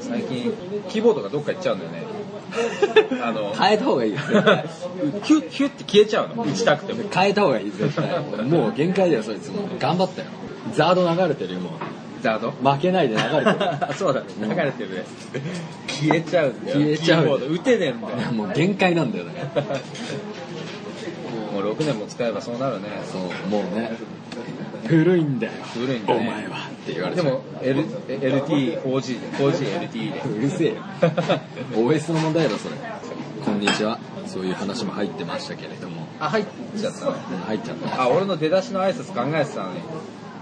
最近キーボードがどっか行っちゃうんだよね あの変えた方がいいよ絶対ヒュッヒュッって消えちゃうの打ちたくても変えた方がいい絶対もう限界だよそいつもう頑張ったよザード流れてるよもザードう負けないで流れてるそうだね流れてるね消えちゃうんだよ消えちゃうキーボード打てねえんだよもう限界なんだよだからもう6年も使えばそうなるねそうもうね古いんだよ古いんだねお前はって言われてでも L- LT4G で 4GLTE でうるせえよ OS の問題だろそれこんにちはそういう話も入ってましたけれども あ入っちゃったねうん入っちゃったあ俺の出だしの挨拶考えてたのに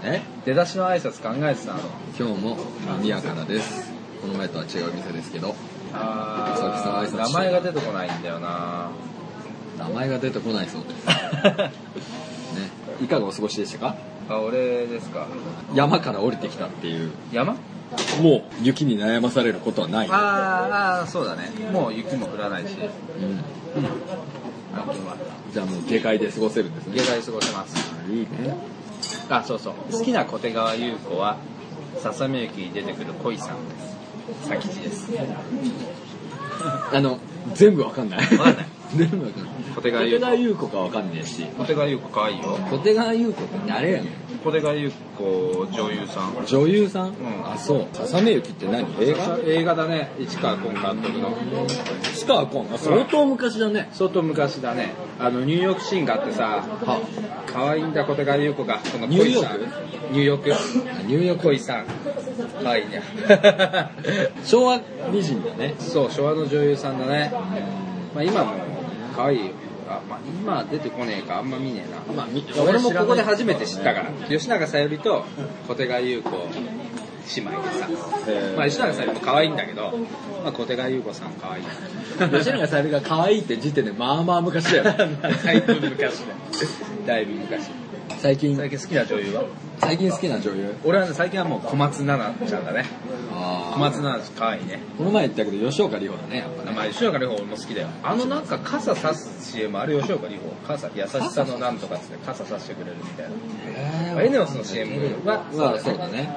え出だしの挨拶考えてたの今日も賑やかなですこの前とは違う店ですけどあ佐々木さん挨拶してーる名前が出てこないんだよな名前が出てこないそう ですねいかがお過ごしでしたかあ俺ですか山から降りてきたっていう山もう雪に悩まされることはない、あーあーそうだねもう雪も降らないしうん、あの今じゃあもう下界で過ごせるんですね下界過ごせますいいねあそうそう好きな小手川優子はささみゆきに出てくる恋さんです佐吉ですあの全部わかんないわかんない 全部わかんない小手川優子優子かわかんねえし小手川優子可愛いよ小手川優子って誰やねん小手川優子女優さん女優さん、んあそう笹目雪って何映画映画だね市川崑監督の市川コンあ相当昔だね相当昔だねあのニューヨークシーンがあってさは可愛いんだ小手川優子がこのニューヨ恋ーさんクニューヨークあ ニューヨーク恋さん可愛い ね昭和美人だねそう昭和の女優さんだね、まあ、今も可愛いよあ、まあ、今出てこねえかあんま見ねえな、まあみ俺知もらないここで初めて知ったから、吉永小百合と小手川優子姉妹でさ、へ えまあ、吉永小百合も可愛いんだけど、まあ、小手川優子さん可愛い吉永小百合が可愛いって時点でまあま あ昔だよだいぶ昔だよだいぶ昔最近最近好きな女優は最近好きな女優俺はね最近はもう小松菜奈ちゃんだね小あ松菜奈可愛いねこの前言ったけど吉岡里帆だねやっぱねまあ、吉岡里帆俺も好きだよあのなんか傘差す CM あれ吉岡里帆傘優しさのなんとかっつって傘差してくれるみたいなまあエネオスの CM はまあそうだね、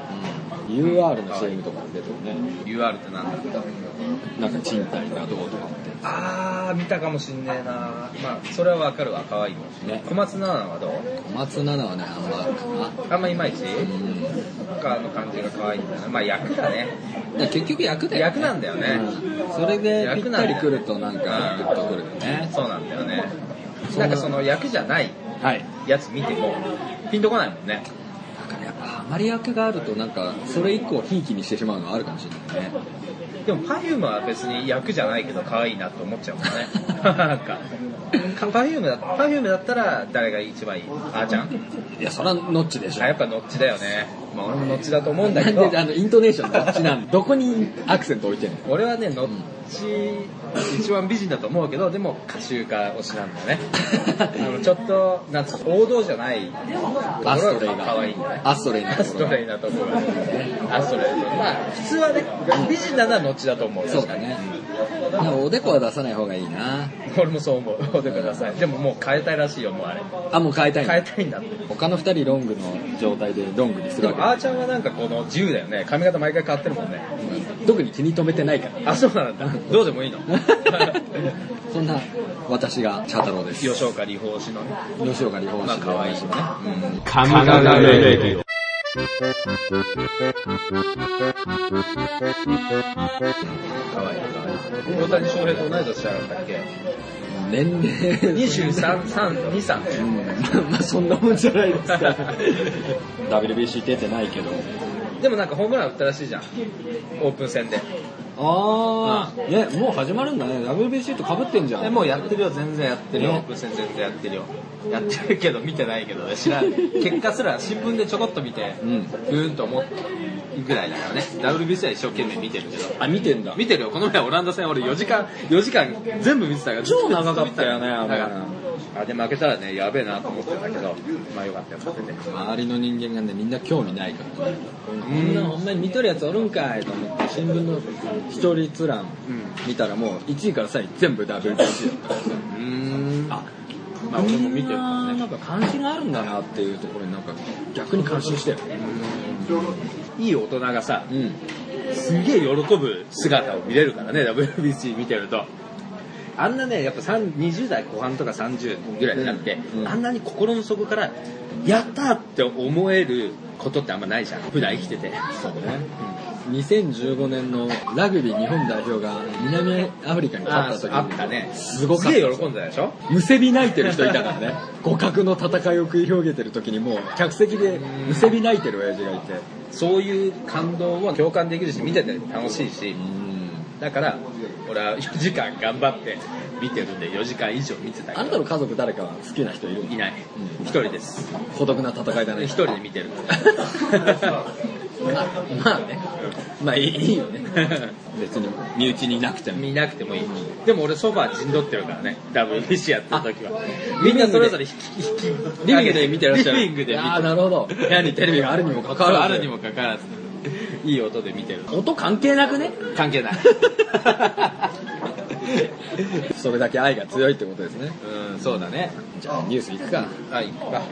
うん、UR の CM とかも出てるね UR ってなんだなんか賃貸がどうとかってあー見たかもしんねえなまあそれはわかるわ可愛いもんね小松菜奈はどう小松菜奈はねあんまかなあんまいまいちうんなんかあの感じが可愛いんだなまあ役だねだから結局役だよ、役なんだよねうんそれでぴったりくるとなんかグッとくるよねそうなんだよねそうなんかその役じゃないはいやつ見てもピンとこないもんねなんかねやっぱあまり役があるとなんかそれ以降ひいきにしてしまうのはあるかもしれないねでも Perfume は別に役じゃないけど可愛いなと思っちゃう もんねなんか Perfume だ Perfume だったら誰が一番いいあーちゃんいやそれはノッチでしょあやっぱノッチだよねまあ俺もノッチだと思うん なだけんどであのイントネーションどっちなんどこにアクセント置いてんの俺はねノッチ一番美人だと思うけどでも歌集歌推しなんだよ ねあのちょっとなんつうの王道じゃないアストレイが可愛いんだよアストレイのとアスこトろレイなところアストレイとまあ普通はね美人ならノッチだと思うそうだねなんかおでこは出さない方がいいな俺もそう思うおでくださいでももう変えたいらしいよもうあれあもう変えたい変えのたいんだって他の二人ロングの状態でロングにするでわもけあだーちゃんはなんかこの自由だよね髪型毎回変わってるもんね特に気に留めてないからあそうなんだどうでも いいの そんな私が茶太郎です吉岡里帆推しのね吉岡里帆まあ氏で可お願愛いいししねます、神々レディオ。可愛い可愛い大谷翔平と同い年じゃなかったっ け年齢う2323んまあまあそんなもんじゃないですか WBC 出てないけどでもなんかホームラン打ったらしいじゃんオープン戦でああ、ね、もう始まるんだね WBC とかぶってんじゃんえもうやってるよ全然やってるよねオープン戦全然やってるよやってるけど見てないけどね知 らん結果すら新聞でちょこっと見てうんうーんと思うぐらいだからね WBC は一生懸命見てるけどあ見てんだ見てるよこの前オランダ戦俺4時間4時間全部見てたから超長かったよねだあかれらあで負けたらねやべえなと思ってたけどまあよかったよ勝てて周りの人間がねみんな興味ないからねこんなほんまに見とるやつおるんかいと思って新聞の視聴率欄見たらもう1位から3位全部 WBC だったからうーんあまあ俺も見てるからねなんか関心があるんだなっていうところになんか逆に感心したよいい大人がさうんすげえ喜ぶ姿を見れるからね、WBC 見てると。あんなね、やっぱ3 20代後半とか30ぐらいになって、うんうんあんなに心の底から、やったーって思えることってあんまないじゃん。普段生きてて。そうね、2015年のラグビー日本代表が南アフリカに勝った時にあったね。すごかすったげえ喜んだでしょむせび泣いてる人いたからね互角の戦いを繰り広げてる時にもう客席でむせび泣いてる親父がいてそういう感動を共感できるし、見てて楽しいし、だから、俺は4時間頑張って見てるんで、4時間以上見てたけどあんたの家族誰か好きな人いるいない。うん一人です。孤独な戦いだね一人で見て る。 まあまあねまあいいいいよね別に身内にいなくても見なくてもいい。でも俺ソファ陣取ってるからね。WBC やってる時は。みんなそれぞれ引き、引き、リビングで見てらっしゃるリビングで見ああてなるほど部屋にテレビがあるにもかかわらずあるにもかかわらず。いい音で見てる。音関係なくね関 係ない。それだけ愛が強いってことですねうん、そうだね。じゃあニュースいくかあ、いっか。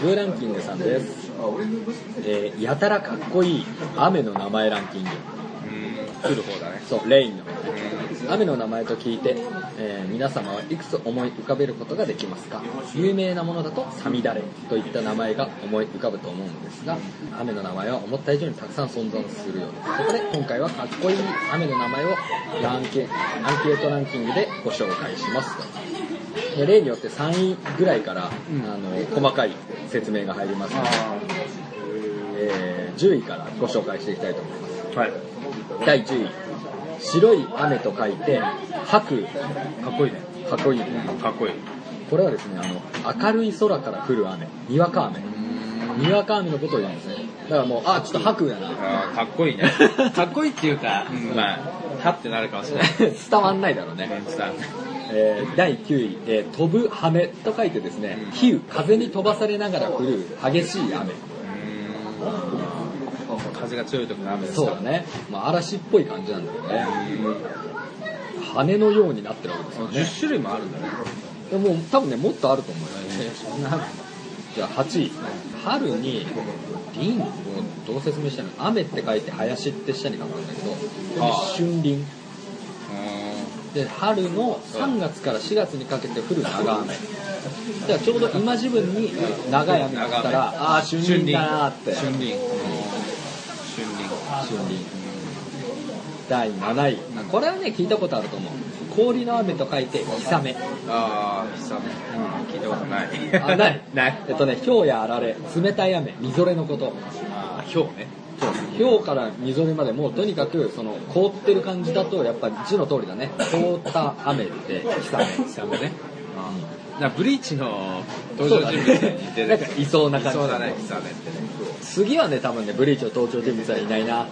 ブーランキングさんです、えーやたらかっこいい雨の名前ランキングうん、来る方だね。そうレインの雨の名前と聞いて、えー皆様はいくつ思い浮かべることができますか有名なものだと「サミダレ」といった名前が思い浮かぶと思うんですが雨の名前は思った以上にたくさん存在するようですそこで今回はかっこいい雨の名前をランケアンケートランキングでご紹介しますで例によって3位ぐらいから、あの細かい説明が入りますので、えー10位からご紹介していきたいと思いますはい。第10位白い雨と書いて白かっこいいね。かっこいいうん、かっこいい。これはですねあの明るい空から降る雨にわか雨にわか雨のことを言うんですねだからもうあちょっと白やな あーかっこ いいね。かっこいいっていうか、うん、まあ、はってなるかもし れない。伝わんないだろうね、メンツさん。えー第9位、えー飛ぶ羽と書いてですね比喩風に飛ばされながら降る激しい雨風が強い時の雨ですそうだね、まあ、嵐っぽい感じなんだけどね羽のようになってるわけですよね10種類もあるんだね。でも多分ねもっとあると思うよねそんなじゃあ8位春にリンをどう説明したの雨って書いて林って下に書くんだけどああ春林で春の3月から4月にかけて降る長雨じゃあちょうど今時分に長い雨が来たらああー春林だなーって春春林。春林。林第7位これはね聞いたことあると思う氷の雨と書いて氷雨ああ、久々。聞いたことない。あない ない。えっとね氷やあられ冷たい雨みぞれのことああ、ひょうね。氷からみぞれまでもうとにかくその凍ってる感じだとやっぱり字の通りだね凍った雨って久雨久々ね。なブリーチのそう登場だ人ね物に似てる。なんかいそうな感じそうだね、久々ってね。次はね多分ねブリーチの登場人物はいないな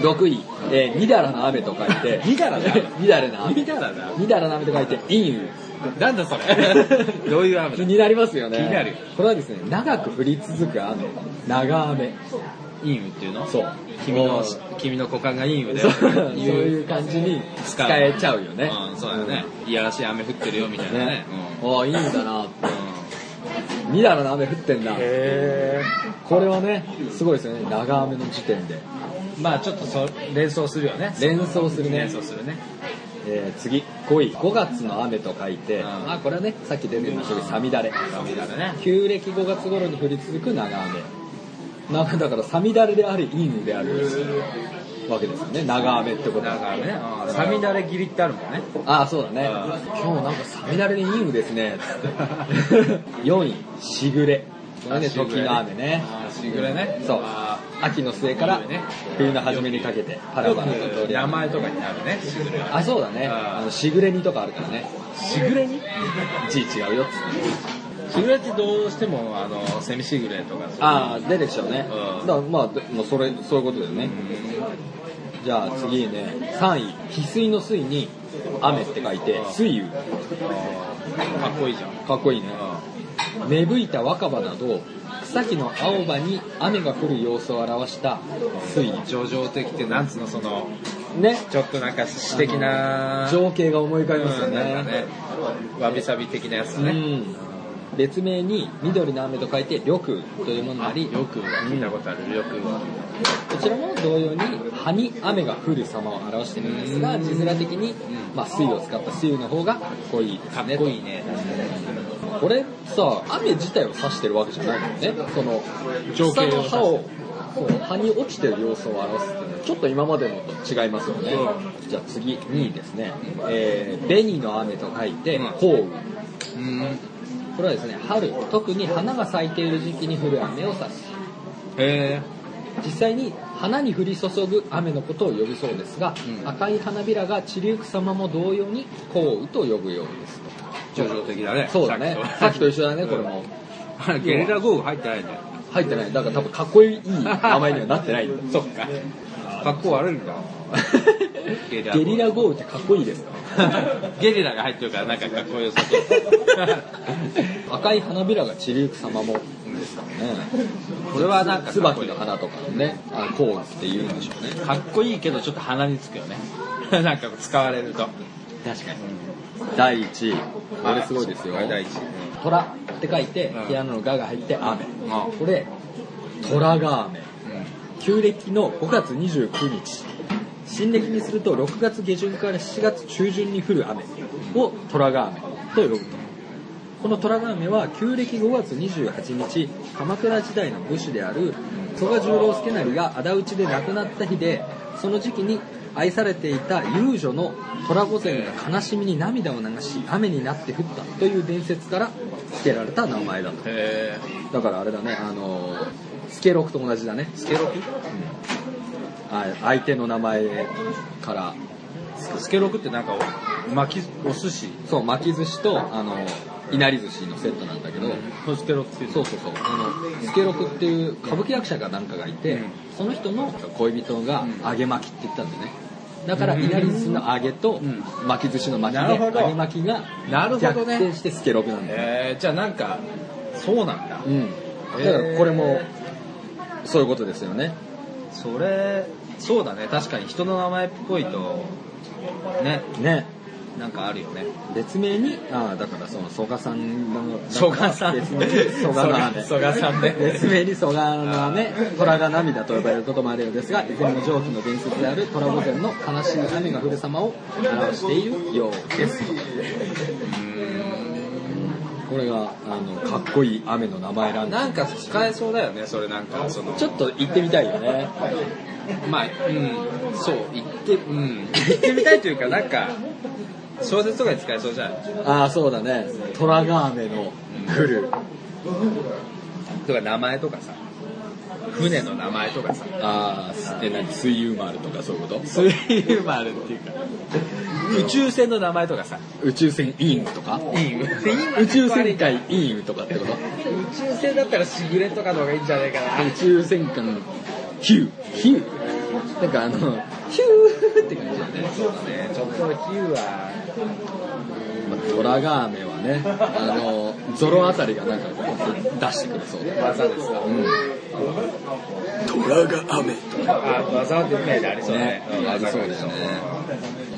6位、えーみだらの雨と書いてみだらな雨みだらな雨見たらな。みだらの雨と書いて陰雨なんだそれ。 どういう雨気 だになりますよね気になるこれはですね長く降り続く雨長雨陰雨っていうのそう君ものう、君の股間が陰雨だ そよう。そうっていういう感じに使使うえちゃうよね、うん、そうだよね。いやらしい雨降ってるよ、みたいなねね。ああいいんだなってみだらの雨降ってんなへこれはねすごいですよね長雨の時点でーまあちょっとそ連想するよね。連想するね連想するね。えー次5位5月の雨と書いて、うんまあこれはねさっき出てましたけど「さみだれ」みだらね。旧暦5月頃に降り続く長雨なんかだから「さみだれ」であり「陰雨」であるわけですよね長雨ってことだかはらね、あーさみだれ切りってあるもんね。ああそうだねうん今日なんか「さみだれ」で陰雨で すねつって4位「しぐれ」これねあしぐれ時の雨ねあーしぐれねそうあ秋の末からしぐれね冬の初めにかけてパラパラと通り雨名前とかになるね。しぐれはあそうだねあーあのしぐれ煮とかあるからねしぐれに字違うよっつってしぐれってどうしても、あの、セミしぐれとかそうああ出てきちゃうねうんだからまあでもうそれそういうことだよねじゃあ次ね3位翡翠の水に雨って書いて水雨あーかっこいいじゃん。かっこいいね芽吹いた若葉など草木の青葉に雨が降る様子を表した水雨上場的って、なんつうの、その、ねちょっとなんか詩的な、情景が思い浮かびますようんなんかねね、わびさび的なやつうね。ん別名に緑の雨と書いて緑というものがありよく聞いたことある、よくは。こちらも同様に葉に雨が降る様を表しているんですがうん字面的に、まあ、水を使った水雨の方がかっこいいですかっねこいいね。これさ雨自体を指してるわけじゃないもんねその情景を草の葉をそう葉に落ちてる様子を表すっていうのはちょっと今までのと違いますよねじゃあ次2位ですね「えー紅の雨」と書いてうん「降雨」うん。これはですね春特に花が咲いている時期に降る雨を指しへ実際に花に降り注ぐ雨のことを呼ぶそうですが、うん赤い花びらが散りゆく様も同様に降雨と呼ぶようですー上々的だね。そうだねさっきと一緒だねこれもあれゲリラ豪雨入ってないんだよ。入ってないだから多分かっこいい 名前にはなってないんだそっか。格好悪いんだ。ゲリラ豪 ゲ雨リラ豪雨ってかっこいい ですかゲリラが入ってるからなんかかっこよさ そう。赤い花びらが散りゆく様もですからねこれはなんか椿の花とかのねあの降雨って言うんでしょうねかっこいいけどちょっと鼻につくよ ね。なんか使われると。確かに第1位これすごいですよはい第一位。虎って書いてうんピアノの「ガ」が入って「雨うんあ」これ「虎が雨」旧暦の5月29日新暦にすると6月下旬から7月中旬に降る雨を虎が雨と呼ぶとこの虎が雨は旧暦5月28日鎌倉時代の武士である曽我十郎助成が仇討ちで亡くなった日でその時期に愛されていた遊女の虎御前が悲しみに涙を流し雨になって降ったという伝説から付けられた名前だとへだからあれだねあのースケロクと同じだねスケロクあ相手の名前からスケロクってなんか巻き、お寿司。そう巻き寿司とあのいなり寿司のセットなんだけど、スケロクってそうそうそうあのスケロクっていう歌舞伎役者かなんかがいて、うんその人の恋人がうん揚げ巻きって言ったんだよねだからうんいなり寿司の揚げとうん巻き寿司の巻きなるでほど揚げ巻きがなるほどね逆転してスケロクなんだよ、えー、じゃあなんか、そうなんだ。うんへだーからこれもそういうことですよねそれ、そうだね。確かに人の名前っぽいと、ね、ねなんかあるよね。別名にああだからその蘇我さんの蘇我さん別名に蘇我の雨蘇我蘇我さんね別名に蘇我の雨虎が涙と呼ばれることもあるようですがいずれも上記の伝説である虎御前の悲しい雨が降る様を表しているようですこれがあのかっこいい雨の名前ランキングなんか使えそうだよね、それなんか、その、ちょっと行ってみたいよねまあ、うん、そう、行って、 うん、行ってみたいというか、なんか、小説とかに使えそうじゃん。ああそうだね虎が雨の降るとか、名前とかさ、船の名前とかさ、ああえ何水友丸とかそういうことそういうのもあるっていうか、宇宙船の名前とかさ、宇宙船インとかいい宇 宇宙戦艦イームとかってこと宙船だったらしぐれとかの方がいいんじゃないかな。宇宙戦艦ヒューヒューなんかあのヒューって感じだね、そうだね、ちょっと比喩は、まあ、トラガーメはねあのゾロあたりがなんかこう出してくるそうだ技ですわ。うんトラガ雨あ、技は出ないでありそうだねね。ありそうだよね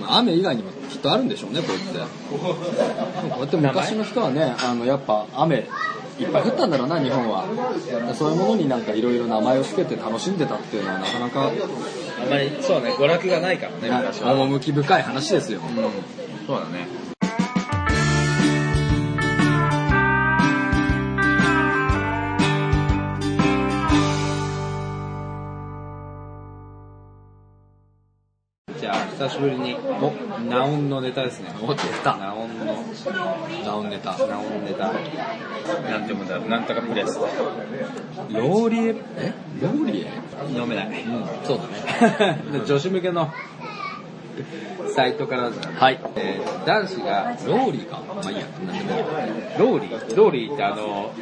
まあ雨以外にもきっとあるんでしょうねこうやってこうやって昔の人はねあのやっぱ雨いっぱい降ったんだろうな日本はそういうものになんかいろいろ名前を付けて楽しんでたっていうのはなかなかあんまり、そうね、娯楽がないからね、昔は。趣深い話ですよ、そうだね。じゃあ、久しぶりに、お、ナオンのネタですね。お出たナオンの、ダウンネタナオンネタ。なんて読むんだろう、なんとかプレス。ローリエえローリエ読めない。うんそうだね 女子向けのサイトからだね。はいえー男子が、ローリーかまあいいや何でもいいやローリー、ローリーってあの、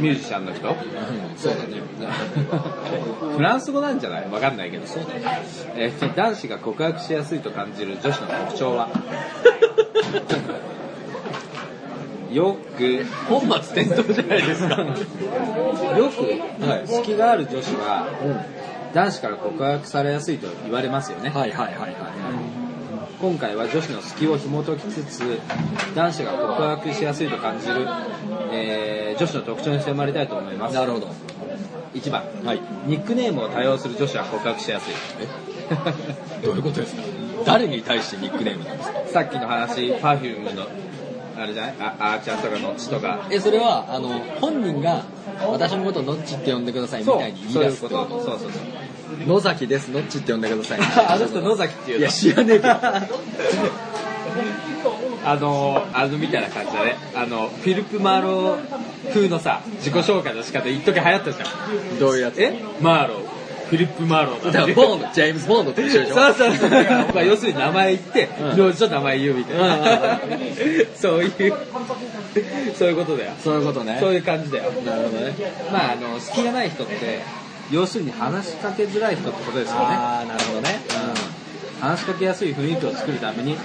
ミュージシャンの人うんそうだねフランス語なんじゃないわかんないけど。そうだえー男子が告白しやすいと感じる女子の特徴は よく、 本末転倒じゃないですかよく、隙がある女子は、男子から告白されやすいと言われますよね、はいはいはいは今回は女子の隙を紐解きつつ男子が告白しやすいと感じる、えー女子の特徴に迫りたいと思いまい。すなるほど。 1番はい。ニックネームを多用する女子は告白しや すいどういうことですか誰に対してニックネームなんですかさっきの話 Perfume のあれじゃないああーちゃんとかのっちとかえ、それは、あの、本人が、私のことをノッチって呼んでくださいみそうたいに言いそうい出うすこってこととそうそうそう野崎です、ノッチって呼んでくだ さいみたいな。あの人野崎っていういのや、知らねえけど。あのあのみたいな感じだねあのフィリップ・マーロー風のさ自己紹介の仕方一時流行ったじゃんどういうやつえマーローフィリップ・マーローだから、ボンド、ジェームズ・ボンドと一緒でしょそうそう そう。まあ要するに名前言って、うん領事の名前言うみたいな。そういう、そういうことだよ。そういうことね。そういう感じだよ。なるほどね。まああの、隙がない人って、要するに話しかけづらい人ってことですよね。あー、なるほどね。話しかけやすい雰囲気を作るために、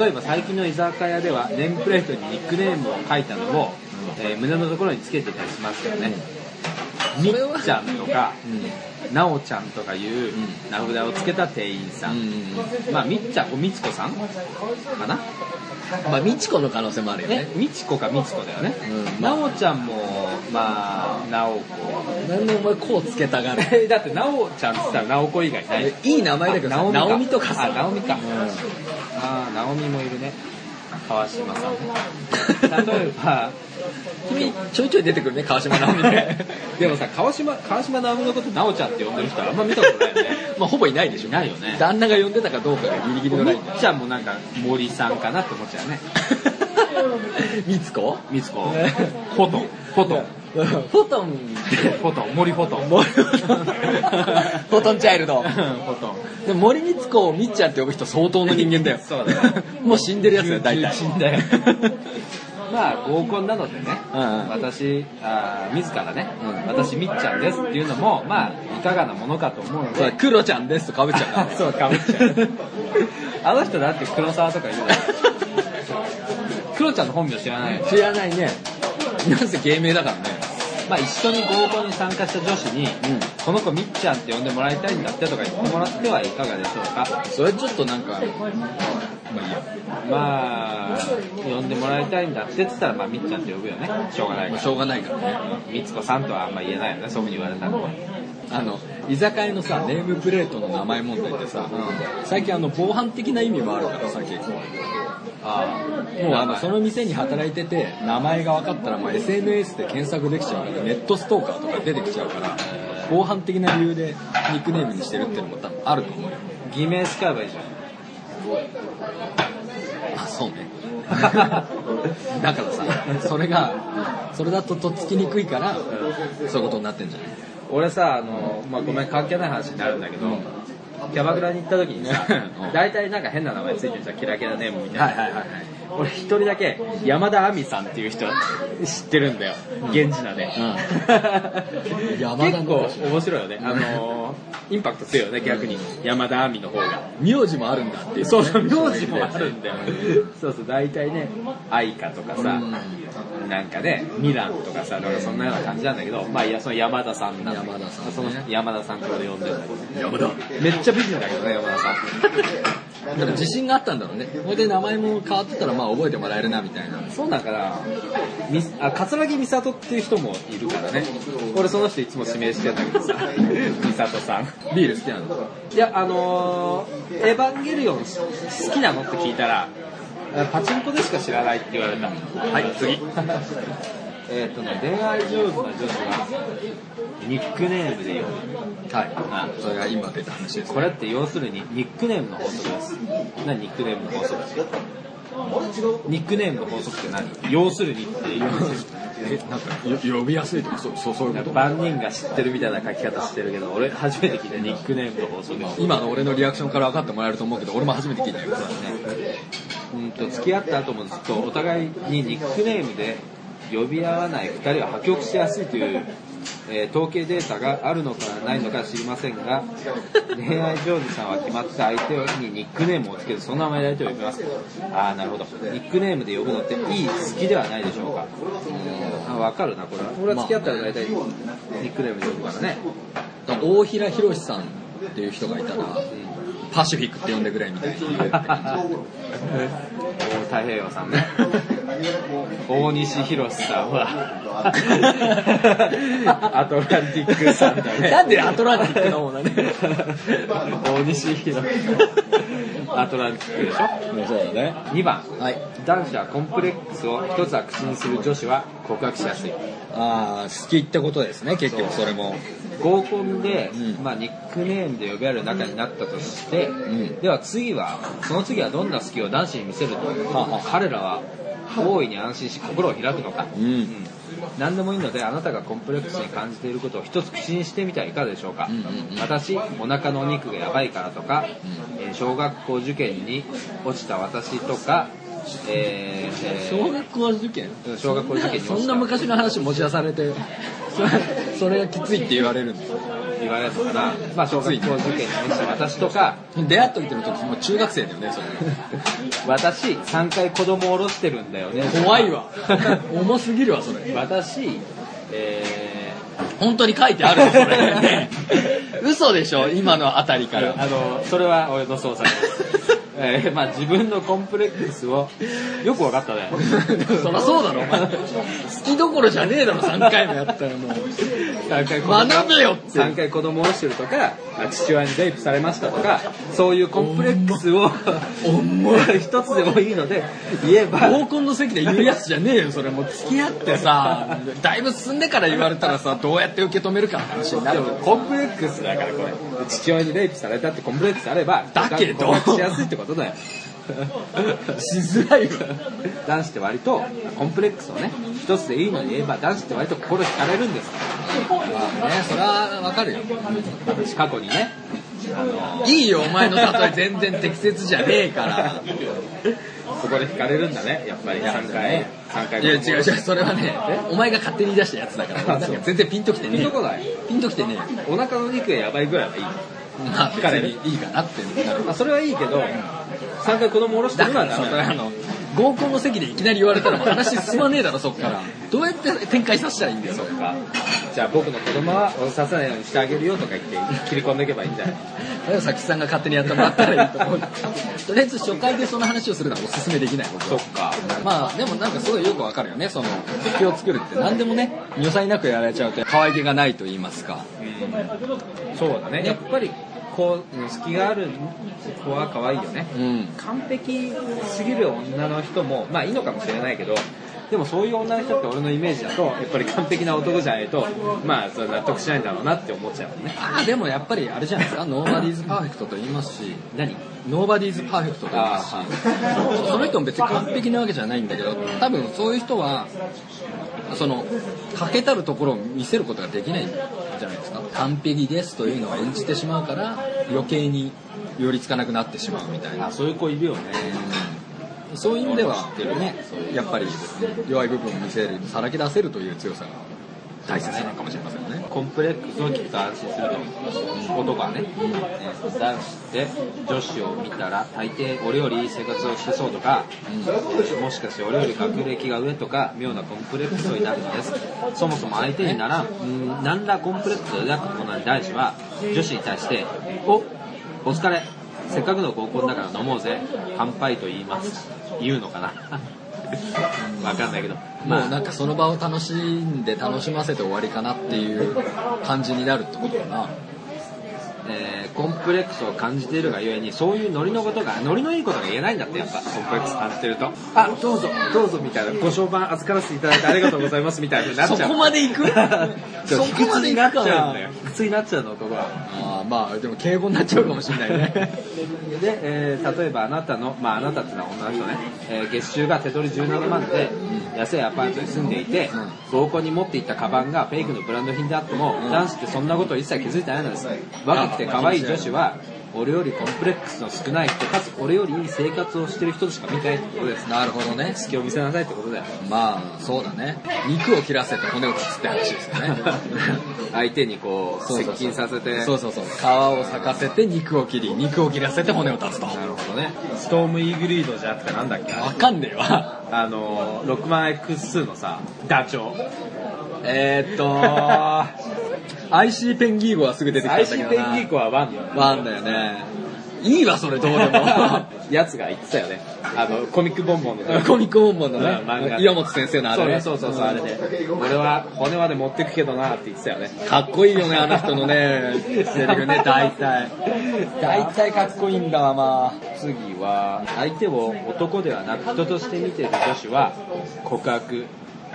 例えば最近の居酒屋ではネームプレートにニックネームを書いたのを、えー胸のところにつけてたりしますよね。みっちゃんとか、なおちゃんとかいう名札をつけた店員さ。うんん。まあ、みっちゃん、みつこさんかなまあ、みちこの可能性もあるよねね。、みちこかみつこだよね。うんなおちゃんも、まあ、なおこ。なんでお前、こうつけたがるえ だって、なおちゃんって言ったら、なおこ以外ない。いい名前だけどさ、なナおオみミとかあ、さ。なおみか。うあー、なおみもいるね。川島 さん。ん例えば、君、ちょいちょい出てくるね、川島直美ね。 でもさ、川島、川島なおみのこと、なおちゃんって呼んでる人はあん ま見たことないよね。まあ、ほぼいないでしょ。いないよね旦那が呼んでたかどうかがギリギリのみラっインだよ。ちゃんもなんか、森さんかなって思っちゃう ね。みつこみつこね。フォトン、フォトン。フォトン。フォトン、森フォトン。森フォトンフォトンチャイルうドんフォトン。でも森光子をみっちゃんって呼ぶ人相当の人間だよ。そうだねもう死んでるやつだよ、 大体。死んだよ。 まあ合コンなのでね、うんうん私あー自らね、うん私みっちゃんですっていうのもまあいかがなものかと思うのそうでクロちゃんですとかぶっちゃうから ね。そうかぶっちゃうあの人だって黒沢とか言うだろ黒ちゃんの本名知らないよ知らないね。なんせ芸名だからね。まあ一緒に合コンに参加した女子に、この子みっちゃんって呼んでもらいたいんだってとか言ってもらってはいかがでしょうかそれちょっとなんか、まあいいや。まあ呼んでもらいたいんだってって言ったらまあみっちゃんって呼ぶよねしょうがないもからうしょうがないからね。みつこさんとはあんま言えないよね、そういうふうに言われたら。あの、居酒屋のさ、ネームプレートの名前問題ってさ、最近あの、防犯的な意味もあるからさ、結構。あもうあの、その店に働いてて、名前が分かったら、もう SNS で検索できちゃうから、ネットストーカーとか出てきちゃうから、防犯的な理由でニックネームにしてるってのも多分あると思うよ。偽名使えばいいじゃん。あ、そうね。 だからさ、それが、それだととっつきにくいから、そういうことになってんじゃない俺さ、あの、まあ、ごめん、関係ない話になるんだけど、キャバクラに行った時にさうん、大体なんか変な名前ついてるじゃん、キラキラネームみたいな。はいはいはいはい。俺一人だけ、山田亜美さんっていう人、知ってるんだよ。源氏名で。 うん山田結の構面白いよね。あの、インパクト強いよね、逆に。山田亜美の方が。名字もあるんだっていうね、そうそう、 名字もあるんだよ。そうそう、大体ね、愛花とかうさ、んなんかね、ミランとかさ、なんかそんなような感じなんだけど、まあいや、その山田さんなんだけど山田さんねその山田さんって俺呼んでるんだけ山田。ど、めっちゃ美人だけどね、山田 さん。でも自信があったんだろうね。それで名前も変わってたらまあ覚えてもらえるなみたいな。そうなんかな、みあ、桂木美里っていう人もいるからね。俺その人いつも指名してんだけどさ、美里さん。ビール好きなのいや、あのー、エヴァンゲリオン好きなのって聞いたら、あパチンコでしか知らないって言われた。はい、次。 えーっとね、恋愛上手な女子は、ニックネームで呼ぶ。はい。それが今出た話です。これって要するにニックネームの法則です。何ニックネームの法則ニックネームの法則って何要するにって いう。 え、なんかよ呼びやすいとか、そう、そうそういうこと万人が知ってるみたいな書き方してるけど、俺初めて聞いたニックネームの法則です。今の俺のリアクションから分かってもらえると思うけど、俺も初めて聞いたよ。うんと付き合った後もずっとお互いにニックネームで呼び合わない2人は破局しやすいというえー統計データがあるのかないのか知りませんが、 恋愛上手さんは決まった相手にニックネームをつけて、その名前で相手を呼びます。ああ、なるほど。ニックネームで呼ぶのっていい、好きではないでしょうか。あわかるな、これは。俺は付き合ったら大体、ニックネームで呼ぶからね。だから大平博さんっていう人がいたら、パシフィックって呼んでくれみたいな。大太平洋さんね。大西博さんは、アトランティックさんだね。 なんでアトランティックなもんだね。大西博アトランティックでしょそうだね。 2番はい。男子はコンプレックスを一つは口にする女子は告白しやすいああ、好きってことですね、結局それも。合コンで、うんまあ、ニックネームで呼び合る仲になったとして、んでは次はその次はどんな好きを男子に見せると、はあはあ彼らは大いに安心し心を開くのか、うん何でもいいのであなたがコンプレックスに感じていることを一つ口にしてみてはいかがでしょうか、うんうんうん私お腹のお肉がやばいからとか、えー小学校受験に落ちた私とか、えーえー小学校受験小学校受験に落ちたそんな昔の話持ち出されて、それ それがきついって言われるんですよ。言われるのかな、まあ、小学校受験に落ちた私とか出会った時の時、もう中学生だよね、そ私3回子供を下ろしてるんだよねれ。怖い わ。重すぎるわ、それ。 私え本当に書いてあるの、それ。ね 嘘でしょ、今のあたりかー、ら。あのそれは俺の操作です、 えーまあ、自分のコンプレックスをよく分かった ね そりゃそうだろ、お前。好きどころじゃねえだろ、3回もやったらもう。 3回子供学べよって。 3回子供を下ろしてるとかあ父親にレイプされましたとかそういうコンプレックスを 一つでもいいので言えば合コンの席で言うやつじゃねえよ、それ。もう付き合ってさ、だいぶ進んでから言われたらさ、どうやって受け止めるかって話になでるもコンプレックスだからこれ父親にレイプされたってコンプレックスあればだけど告白しやすいってことだよしづらいわ。男子って割とコンプレックスをね一つでいいのに言えば男子って割と心惹かれるんですまあね、それはわかるよ。私過去にねいいよ、お前の例え全然適切じゃねえから。そこで惹かれるんだねやっぱり3回3回いや、違う違う、それはね、お前が勝手に出したやつだから、あそう全然ピンときてねえどこよ。だいピンときてねえよ。お腹の肉がやばいぐらいはいい、まあ、別にいいかなってなる。まあ、それはいいけど3回子供下ろしてだるかのはらダさ、メそれだあの、合コンの席でいきなり言われたらもう話進まねえだろ、そっから。どうやって展開させたらいいんだよ、それじゃあ僕の子供は刺さないようにしてあげるよとか言って切り込んでいけばいいんじゃないそれはさきさんが勝手にやってもらったらいいと思うとりあえず初回でその話をするのはおすすめできない僕はかまあでもなんかすごいよくわかるよねその敵を作るって何でもね予算なくやられちゃうと可愛げがないと言いますかそうだねやっぱりこううん隙がある子は可愛いよねうん完璧すぎる女の人もまあいいのかもしれないけどでもそういう女の人って俺のイメージだとやっぱり完璧な男じゃないとまあそれ納得しないんだろうなって思っちゃうもんねああでもやっぱりあれじゃないですかノーバディーズパーフェクトと言いますし何ノーバディーズパーフェクトと言いますしあその人も別に完璧なわけじゃないんだけど多分そういう人はその欠けたるところを見せることができないんじゃないですか完璧ですというのを演じてしまうから余計に寄りつかなくなってしまうみたいなあそういう子いるよねそういう意味ではねやっぱり弱い部分を見せるさらけ出せるという強さが大切なのかもしれませんねコンプレックスを聞くと安心すると思う男はね、えー男子って女子を見たら大抵俺よりいい生活をしてそうとか、もしかして俺より学歴が上とか妙なコンプレックスになるんですそもそも相手にならん、うん、何らコンプレックスを抱くものに対しては女子に対して「おお疲れせっかくの合コンだから飲もうぜ乾杯」と言います言うのかな わかんないけどまあもうなんかその場を楽しんで楽しませて終わりかなっていう感じになるってことかなえーコンプレックスを感じているがゆえにそういうノリのことがノリのいいことが言えないんだってやっぱコンプレックス感じてるとあどうぞどうぞみたいなご商売預からせていただいてありがとうございますみたいになっちゃうで 行 くちょっと卑屈になっちゃうんだよあ卑屈になっちゃうの男はあまあでも敬語になっちゃうかもしれないねで、えー例えばあなたのまああなたってのは女の人ね、えー月収が手取り17万で安いアパートに住んでいてうん合コンに持っていったカバンがフェイクのブランド品であってもうん男子ってそんなことを一切気づいてないのです若くて可愛い女子は俺よりコンプレックスの少ない人かつ俺よりいい生活をしてる人しか見たいってことです なるほどね隙を見せなさいってこと だよまあそうだね肉を切らせて骨を切って話ですよね 相手にこうそうそうそう接近させてそうそうそう皮を咲かせて肉を切り肉を切らせて骨を立つとなるほどねストームイーグリードじゃなくてなんだっけあれわかんねえわあのー、6万 X2 のさダチョウえー っと IC ペンギーゴはすぐ出てきたんだけ IC どなペンギーコはワンだよねワンだよねいいわそれどうでも やつが言ってたよねあのコミックボンボンの コミックボンボンの うん漫画ね岩本先生のあれねそうそうそうそうあれね俺は骨まで持ってくけどなって言ってたよねかっこいいよねあの人の ねセリフね大体大体かっこいいんだわま次は相手を男ではなく人として見ている女子は告白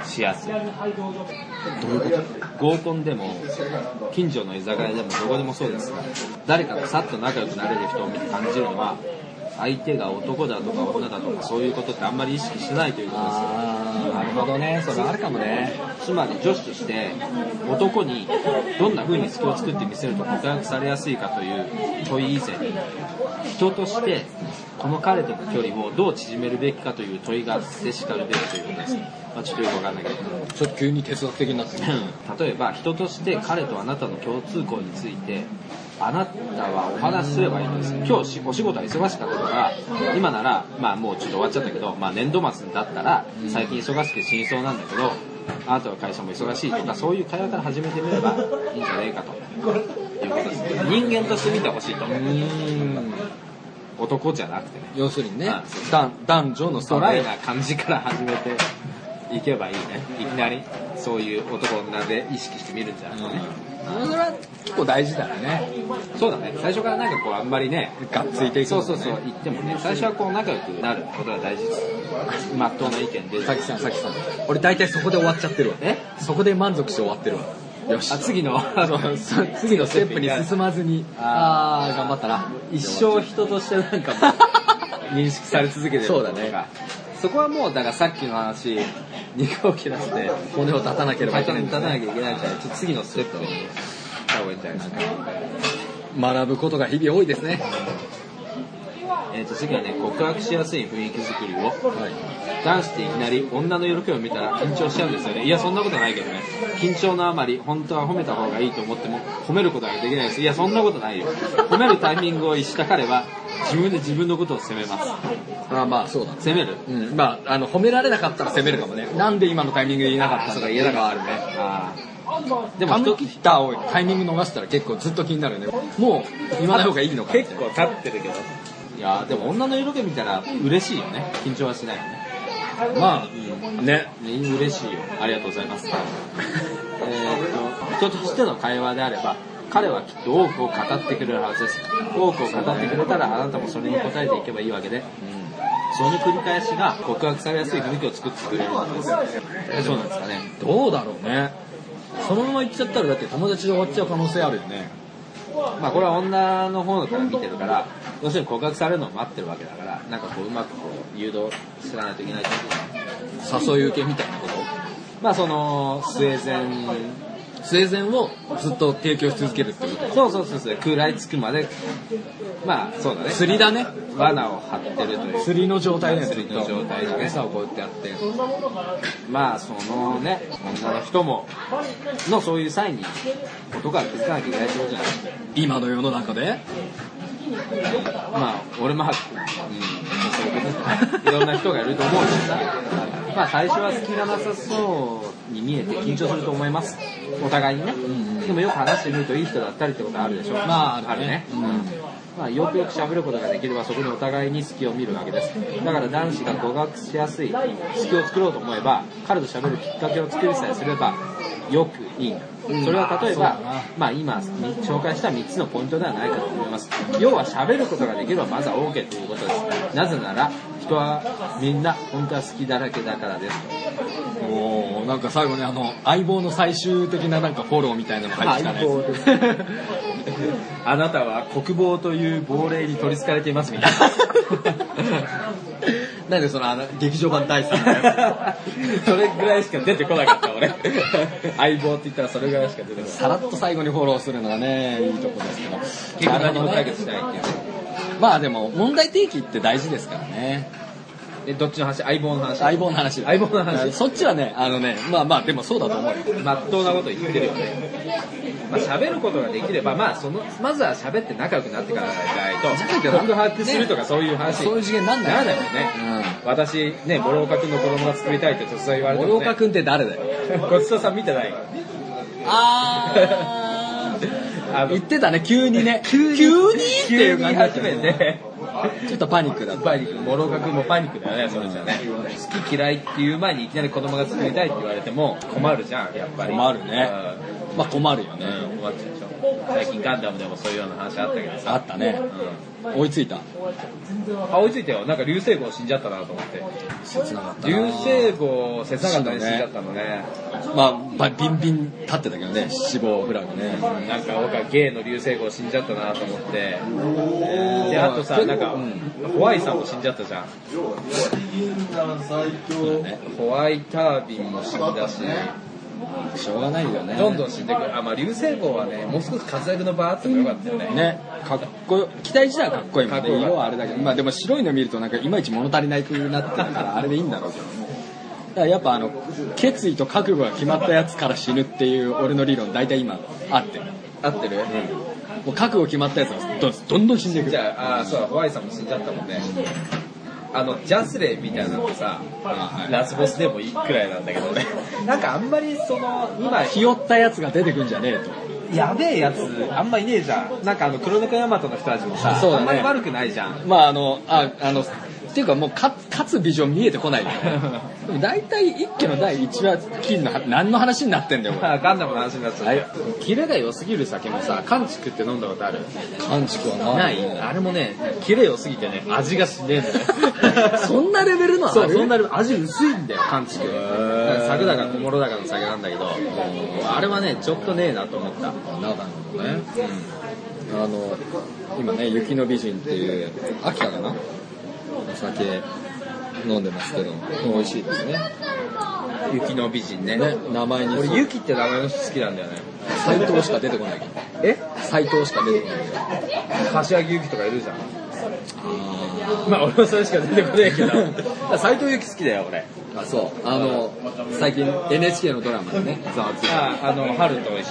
しやすいあどういうこと合コンでも近所の居酒屋でもどこでもそうです誰かとさっと仲良くなれる人を見て感じるのは相手が男だとか女だとかそういうことってあんまり意識してないということですあーなるほどねそれあるかもねつまり女子として男にどんな風に隙を作って見せると告白されやすいかという問い以前に人としてこの彼との距離をどう縮めるべきかという問いが接しかるべきということです、まあ、ちょっとよくわかんないけどちょっと急に哲学的になってきた例えば人として彼とあなたの共通項についてあなたはお話しすればいいんです今日しお仕事が忙しかったとか今ならまあもうちょっと終わっちゃったけど、まあ、年度末だったら最近忙しくて死にそうなんだけどあなたは会社も忙しいとかそういう会話から始めてみればいいんじゃねえかということです人間として見てほしいとうん男じゃなくてね要するにねあ男男女の差ドラでイな感じから始めていけばいいねいきなりそういう男女で意識してみるんじゃなくてね、うんそれは結構大事だよねそうだね最初からなんかこうあんまりねがっついていくそのうねそうそう言ってもね最初はこう仲良くなることが大事ですまっとうな意見でさきさんさきさん俺大体そこで終わっちゃってるわえそこで満足して終わってるわよしあ次のそう次のステップに進まずにああー頑張ったな一生人としてなんかもう認識され続けてるそうだねとかそこはもうだからさっきの話肉を切らせて骨を立たなけれ会ばいけ社ないにん立だたねなきゃいけないみたいなちょっと次のステップをした方がいいんじゃないですか学ぶことが日々多いですねえっ、と次はね告白しやすい雰囲気作りをはい男子っていきなり女の色気を見たら緊張しちゃうんですよねいやそんなことないけどね緊張のあまり本当は褒めた方がいいと思っても褒めることができないですいやそんなことないよ褒めるタイミングを逸した彼は自分で自分のことを責めますあーまあそうだ責めるうんまああの褒められなかったら責めるかもねなんで今のタイミングで言えなかったんだあーそうかろう言えなかあるねああででもも人人切ったをタイミング逃したら結構ずっと気になるよねもう言わない方がいいのかみたいな立ってるけどいやでも女の色気見たら嬉しいよね緊張はしないよねまあねね嬉しいよありがとうございますえーと人としての会話であれば彼はきっと多くを語ってくれるはずです多くを語ってくれたらあなたもそれに応えていけばいいわけでその繰り返しが告白されやすい雰囲気を作ってくれるんですえそうなんですかねどうだろうねそのまま行っちゃったらだって友達で終わっちゃう可能性あるよねまあこれは女の方から見てるから要するに告白されるのを待ってるわけだからなんかこううまくこう誘導していかないといけないと思う誘い受けみたいなことまあそのスウェーデン生前をずっと提供し続けるってことそうそうそうそう食らいつくまでまあそうだね釣りだね罠を張ってるという釣りの状態だよず釣っりの状と態でね餌をこうやってやってまあそのね女の人ものそういう際に男は気づかなきゃいけないってことじゃない今の世の中でまあ俺も、うん、そういうことだいろんな人がいると思うしさまあ最初は隙がなさそうに見えて緊張すると思いますお互いにね、んうんでもよく話してみるといい人だったりってことあるでしょまああるねうんまあ、よくよく喋ることができればそこにお互いに隙を見るわけですだから男子が語学しやすい隙を作ろうと思えば彼と喋るきっかけを作りさえすればよくいいそれは例えば、まあ、今紹介した3つのポイントではないかと思います要は喋ることができればまずは OK ということですなぜなら人はみんな本当は好きだらけだからですおーなんか最後ねあの相棒の最終的ななんかフォローみたいなの入ってきたね相棒ですあなたは国防という亡霊に取り憑かれていますみたいな なんでそのあの劇場版大好き だよそれぐらいしか出てこなかった俺相棒って言ったらそれぐらいしか出てこなかっさらっと最後にフォローするのはねいいとこですけど結局何も解決しないっていうねまあでも問題提起って大事ですからねでどっちの話相棒の話相棒の話相棒の 話そっちはねあのねまあまあでもそうだと思うよまっとうなこと言ってるよねまあ喋ることができればまあそのまずは喋って仲良くなってからじゃないとじゃないとランド把握するとかそういう話そういう次元なんだならないよね私ね諸岡君の子供が作りたいって突然言わうれてん諸も、ね、岡君って誰だよ君ごちそうさん見てないああの言ってたね急に ね急にってい急うに感じだった始ねめてちょっとパニックだったパニック諸岡君もパニックだよねそれじゃね好き嫌いっていう前にいきなり子供が作りたいって言われても困るじゃんやっぱり困るねまあ困るようねん、うん、困っちゃうでしょ最近ガンダムでもそういうような話あったけどさあったね追いついたうん、あ追いついたよなんか流星号死んじゃったなと思って切なかったな流星号切なかったね死んじゃったのねまあまあビンビン立ってたけどね死亡フラグねなんか僕はゲイの流星号死んじゃったなと思ってであとさなんか、ホワイさんも死んじゃったじゃんそうだねホワイタービンも死んだししょうがないよねどんどん死んでくるあまあ流星号はねもう少し活躍の場あってもよかったよねねかっこよ機体自体はかっこいいもんかねっこいい色はあれだけどまあでも白いの見るとなんかいまいち物足りないくなってるからあれでいいんだろうけどねだからやっぱあの決意と覚悟が決まったやつから死ぬっていう俺の理論大体今あってる合ってる、もう覚悟決まったやつがどんどんどん死んでいくじゃああーそうホワイさんも死んじゃったもんねあのジャスレイみたいなのってさラスボスでもいいくらいなんだけどねなんかあんまりその今ひよったやつが出てくんじゃねえとやべえやつあんまいねえじゃんなんかあの黒猫ヤマトの人たちもさ、そうだあんねまり悪くないじゃんまああの、あ、あの、っていうかもう勝つ、勝つビジョン見えてこないよね。でも大体一家の第1話、金の話何の話になってんだよ、これ。あガンダムの話になっちゃったキレが良すぎる酒もさ缶チクって飲んだことある勘違いはないあれもねキレ良すぎてね味がしねえんだよ そんなレベルのあそうるそんな味薄いんだよ缶チク柵だか小諸だかの酒なんだけどあれはねちょっとねえなと思ったなるほどね。あの、今ね、雪の美人っていう、秋田かなお酒飲んでますけど、美味しいですね。雪の美人ねね、名前に俺ユキって名前の人好きなんだよね斎藤しか出てこないけど。え斎藤しか出てこないけど。柏木ユキとかいるじゃんまあ俺もそれしか出てこないけど斎藤由貴好きだよ俺あ、そう。あの、最近 NHK のドラマでね、ざわついああの春とや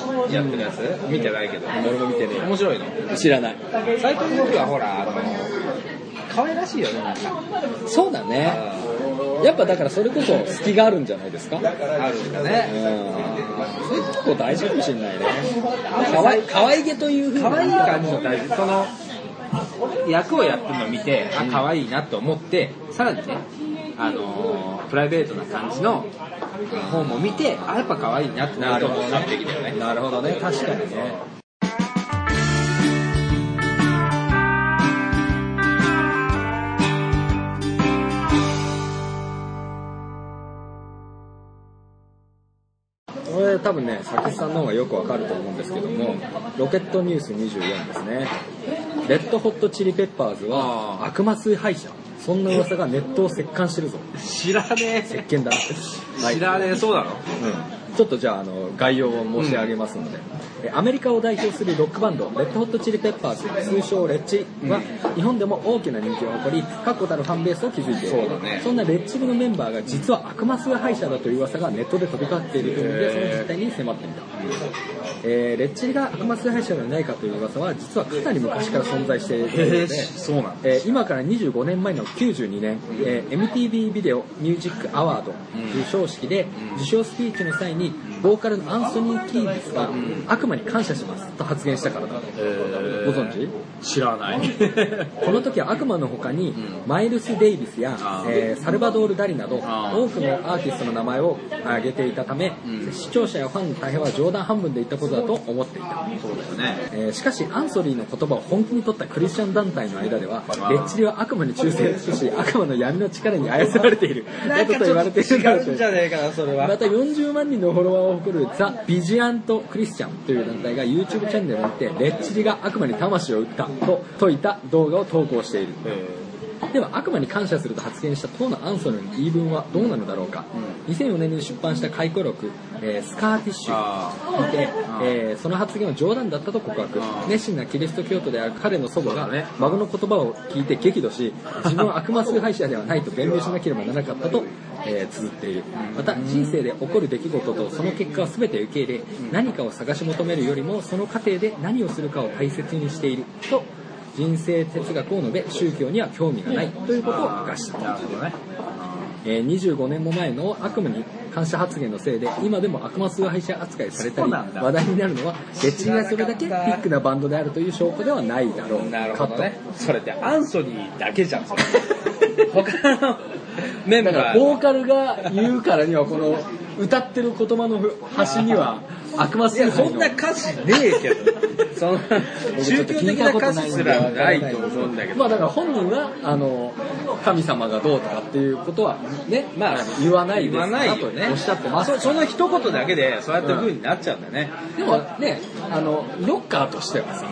ってるやつ見てないけど俺も見てね面白いの知らない斎藤由貴はほらあの可愛らしいよねなんかそうだねやっぱだからそれこそ隙があるんじゃないですかうんあるんだねそういうとこ大事かもしれないねかわい可愛げというふう可愛い感じの大事その役をやってるのを見てあ可愛いなと思ってさらにねあのープライベートな感じの方も見てあやっぱ可愛いなってなると思うなってきたよねなるほどね確かにねこれ多分ね作詞さんの方がよくわかると思うんですけどもロケットニュース24ですねレッドホットチリペッパーズは悪魔崇拝者そんな噂がネットを席巻してるぞ知らねえ見だはい 知らねえそうなのちょっとじゃああの概要を申し上げますので、えアメリカを代表するロックバンドレッドホットチリペッパーズ通称レッチは日本でも大きな人気を誇り確固たるファンベースを築いているそうだねそんなレッチリのメンバーが実は悪魔崇拝者だという噂がネットで飛び交っているというのでその実態に迫ってみた、えーレッチリが悪魔崇拝者ではないかという噂は実はかなり昔から存在しているので、そうなのえー今から25年前の92年、えー MTV ビデオミュージックアワード授賞式で受賞スピーチの際にボーカルのアンソニー・キービスが悪魔に感謝しますと発言したからだ、ご存知知ら ないこの時は悪魔の他にマイルス・デイビスや、えーサルバドール・ダリなど多くのアーティストの名前を挙げていたため、視聴者やファンの大半は冗談半分で言ったことだと思っていたそうだよねえーしかしアンソリーの言葉を本気に取ったクリスチャン団体の間ではレッチリは悪魔に忠 誠し悪魔の闇の力に操られているなどと言われているからといねう えかなそれまた40万人のフォロワーを誇るザ・ビジアント・クリスチャンという団体が YouTube チャンネルにてレッチリが悪魔に魂を売ったと説いた動画を投稿しているでは悪魔に感謝すると発言した当のアンソニーの言い分はどうなのだろうか、2004年に出版した回顧録「えースカーティッシュ」にて、えーその発言は冗談だったと告白熱心なキリスト教徒である彼の祖母が孫の言葉を聞いて激怒し自分は悪魔崇拝者ではないと弁明しなければならなかったと、えー綴っているまた人生で起こる出来事とその結果を全て受け入れ何かを探し求めるよりもその過程で何をするかを大切にしていると人生哲学を述べ宗教には興味がないということを明かしたえー25年も前の悪夢に感謝発言のせいで今でも悪魔崇拝者扱いされたり話題になるのは別にそれだけビッグなバンドであるという証拠ではないだろうなるかほとどね。それってアンソニーだけ じゃん、それ他のメンだバからー。ボーカルが言うからにはこの歌ってる言葉の端には悪魔い崇や、そ拝んのな歌詞ねえけど、その、宗教的な歌詞すらないと思うんだけど、まあだから本人はあの神様がどうとかっていうことはね、まあ言わないです言かわならいとよねおっしゃってますそ。その一言だけで、そうやった風になっちゃうんだね。でもね、あの、ロッカーとしてはさ、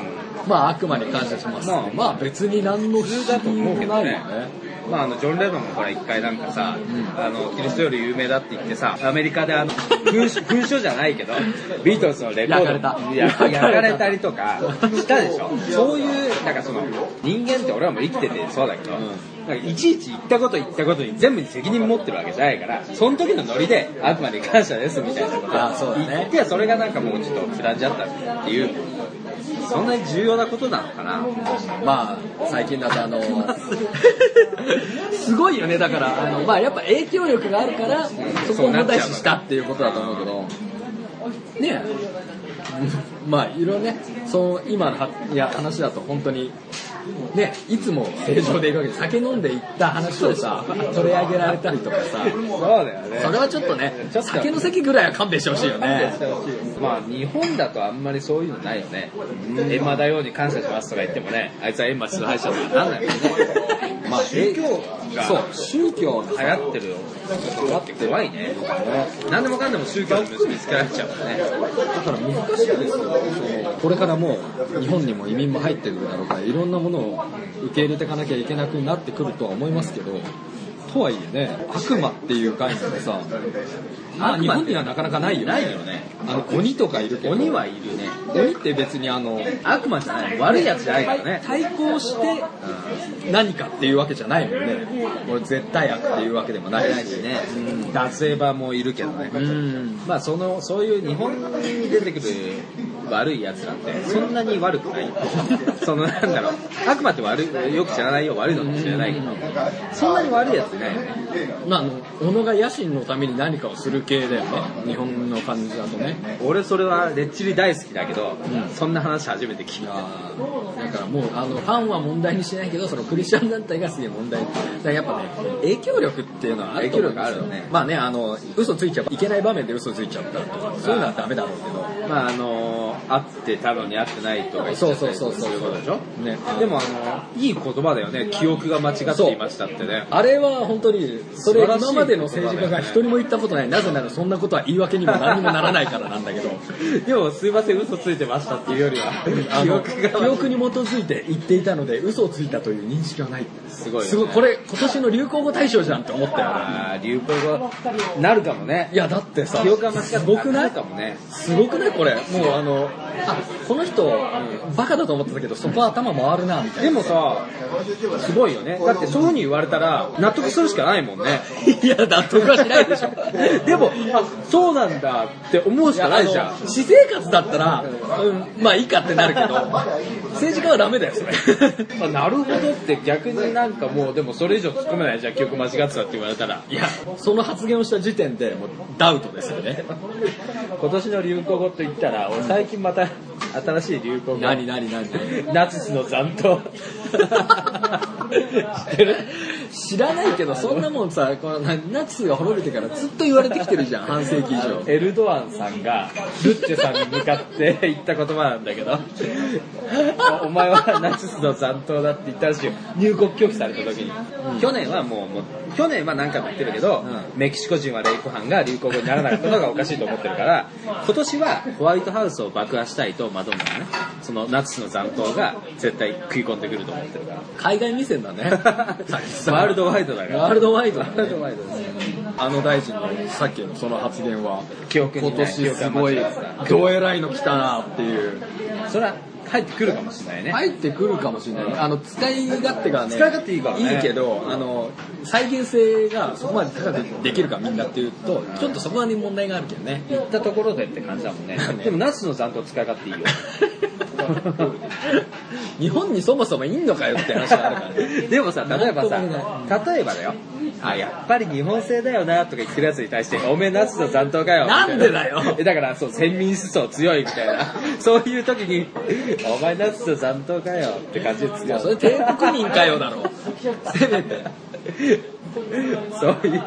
まあ悪魔に感謝しますって、まあ別に何の不普思通だと議も思うけなどいよねね。。まあ、あの、ジョン・レノンもほら一回なんかさ、あの、キリストより有名だって言ってさ、アメリカであの、文書、文書じゃないけど、ビートルズのレコード焼かれたいや焼かれた焼かれたりとかしたでしょ。そういう、なんかその、人間って俺はもう生きててそうだけど、なんかいちいち言ったこと言ったことに全部に責任持ってるわけじゃないから、その時のノリで、あくまで感謝ですみたいなことあそうだね言って、それがなんかもうちょっと膨らんじゃったっていう、そんなに重要なことなのかな。まあ最近だと あの、すごいよね、だから、あの、まあやっぱ影響力があるから、そこを問題視したっていうことだと思うけど、ねえ、まあいろいろね、その今のはいや話だと本当に、ね、いつも正常でいるわけで、酒飲んでいった話をさ、取り上げられたりとかさ、そうだよねそれはちょっとね、ちょっと酒の席ぐらいは勘弁してほしいよね。まあ日本だとあんまりそういうのないよね。エンマ大王に感謝しますとか言ってもね、あいつはエンマ崇拝者とかなんないよね。まあ、宗教そう、宗教の流行ってるよ。怖いね。何でもかんでも宗教に結びつけられちゃうからね。だから難しいですよ、そのこれからもう日本にも移民も入ってくるだろうから、いろんなものを受け入れていかなきゃいけなくなってくるとは思いますけど、とはいえね、悪魔っていう概念がさ、まあ、日本にはなかなかないよね、ないよね。あの鬼とかいるけど、鬼はいるね。鬼って別にあの悪魔じゃない。悪いやつじゃないからね。対抗して何かっていうわけじゃないもんね、これ絶対悪っていうわけでもないし。ね。脱エバもいるけどね。うんまあその、そういう日本に出てくる悪い奴らってそんなに悪く ない。そのなんだろう、悪魔って悪い、よく知らないよ、悪いのかもしれないけど、そんなに悪い奴いないよね。まあ、あの小野が野心のために何かをする系だよね日本の感じだとね俺それはレッチリ大好きだけど、うんそんな話初めて聞いいやた。ーだからもうあのファンは問題にしないけどそのクリスチャン団体がすげえ問題だからやっぱね影響力っていうのはあると思うんです影響力あるよねまあねあの嘘ついちゃいけない場面で嘘ついちゃったとかそういうのはダメだろうけどまああのー、会ってたのに会ってないとか言っちゃそうったそうりそうそうすることでしょねでもあのー、いい言葉だよね、記憶が間違っていましたってね。あれは本当にそれ素晴らしい今までの政治家が一人も言ったことないなぜならそんなことは言い訳にも何にもならないからなんだけどでもすいません、嘘ついてましたっていうよりは、あ記の憶が記憶に基づいて言っていたので嘘をついたという認識はないすごいよねすごいこれ今年の流行語大賞じゃんって思ったよ俺あー流行語なるかもね。いやだってさ記憶が間違ってすごくなないるかもね。すごくないこれもうあのあこの人、バカだと思ってたけどそこは頭回るなみたいでもさ、すごいよね。だってそういう風に言われたら、納得するしかないもんね。ないや納得はしない でしょ でも、あ、そうなんだって思うしかないじゃん。私生活だったら、うん、まあいいかってなるけど政治家はダメだよそれあなるほどって逆になんかもうでもそれ以上突っ込めないじゃん記憶間違ってたって言われたら いやその発言をした時点でもうダウトですよね今年の流行語と言ったら俺最近また新しい流行語何何何 ナチスの残党知ってる知らないけどそんなもんさこのナナチスが滅びてからずっと言われてきてるじゃん半世紀以上エルドアンさんがルッチェさんに向かって言った言葉なんだけどおお前はナチスの残党だって言ったらしいよ入国拒否された時に、去年はもうもう去年は何回も言ってるけど、メキシコ人はレイプ犯が流行語にならないことがおかしいと思ってるから今年はホワイトハウスを爆破したいとマドンナがねそのナチスの残党が絶対食い込んでくると思ってるから海外店 だねワールドワイドだからワールドワイドワールドワイドあの大臣のさっきのその発言は記憶今にない年すごい記憶が間違ってどえらいの来たなっていうたそれは入ってくるかもしれないね入ってくるかもしれないあの使い勝手がね使い勝手いいからねいいけどあの再現性がそこまで高くできるかみんなっていうとちょっとそこに問題があるけどね 行ったところでって感じだもんねね でもナスの残党使い勝 手いいよ日本にそもそもいんのかよって話があるからねでもさ例えばさなんと例えばだよあやっぱり日本製だよなとか言ってるやつに対しておめえナスの残党かよみたいなんでだよえだからそう先民思想強いみたい なそういう時にお前ナスの残党かよって感 じでい強やいそれ帝国民かよだろせめてそういう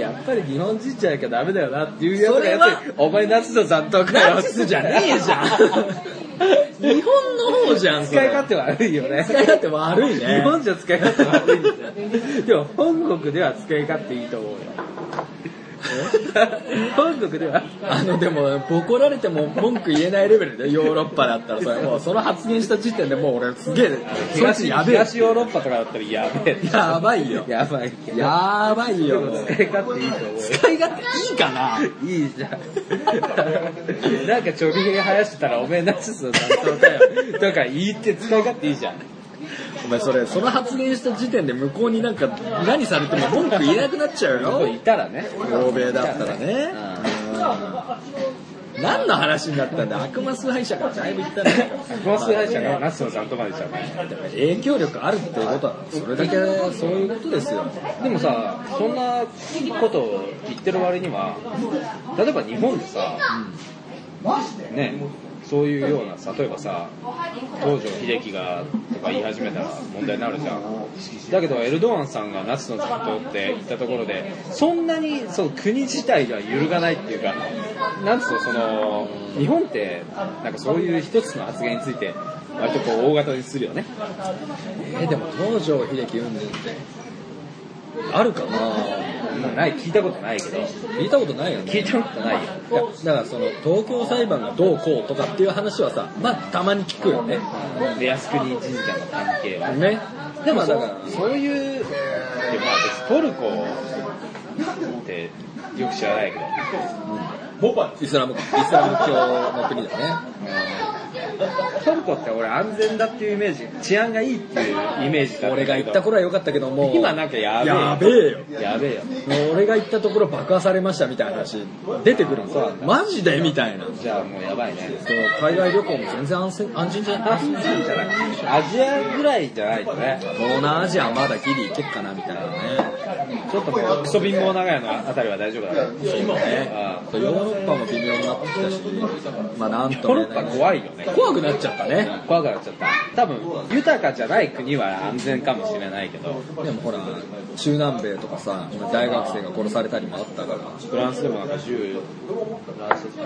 やっぱり日本人じゃなきゃダメだよなっていうやつそがれやはつにお前ナスの残党かよナチスじゃねえじ ゃん日本の方じゃんそ使いれ勝手悪いよね使い勝手悪い日ね本じゃ使い勝手悪いんだよ。でも本国では使い勝手いいと思うよ。本国ではあのでもボコられても文句言えないレベルでヨーロッパだったらそれもうその発言した時点でもう俺すげえそいつ東やべえ東ヨーロッパとかだったらやべえ。やばいよやばい。やばいよ使い勝手いいと思うよ。使い勝手いいかないいじゃん。なんか直撃生やしてたらおめえナチスの担当だよ。とか言って使い勝手いいじゃん。お前それその発言した時点で向こうになんか何されても文句言えなくなっちゃうそうよいたらね。欧米だったらねうん何の話になったんだ悪魔崇拝者からだいぶ言ったねゴース会社がナチスの担当までじゃん。影響力あるっていうことはそれだけそういうことですよでもさ、そんなことを言ってる割には、例えば日本でさ、ね、そういうようなさ、例えばさ、東条英機がとか言い始めたら問題になるじゃん。だけど、エルドアンさんがナチの残党って言ったところで、そんなにそう国自体が揺るがないっていうか、なんつうの、その、日本って、なんかそういう一つの発言について、割とこう大型にするよね。えでも東条英機云々ってあるかなない、聞いたことないけど、聞いたことないよね聞いたことないよ。だからその東京裁判がどうこうとかっていう話はさまあたまに聞くよねで靖国神社の関係はねでもだからそういうでまあ別にトルコってよく知らないけどイスラムイスラム教の国だねトルコって俺安全だっていうイメージ治安がいいっていうイメージだったけど俺が行った頃は良かったけどもう今なんかやべえやべえよやべえよもう俺が行ったところ爆破されましたみたいな話出てくるもんマジでみたいなそうじゃあもうやばいね海外旅行も全然安心安心じゃない安全じゃないアジアぐらいじゃないとね東南アジアはまだギリ行けっかなみたいなねちょっともうクソ貧乏長屋のあたりは大丈夫だね今ねあヨーロッパも微妙になってきたしまあなんとトもルコ言えないは怖いよね怖くなっちゃったね怖くなっちゃった多分豊かじゃない国は安全かもしれないけどでもほら中南米とかさ大学生が殺されたりもあったからフランスでもなんか銃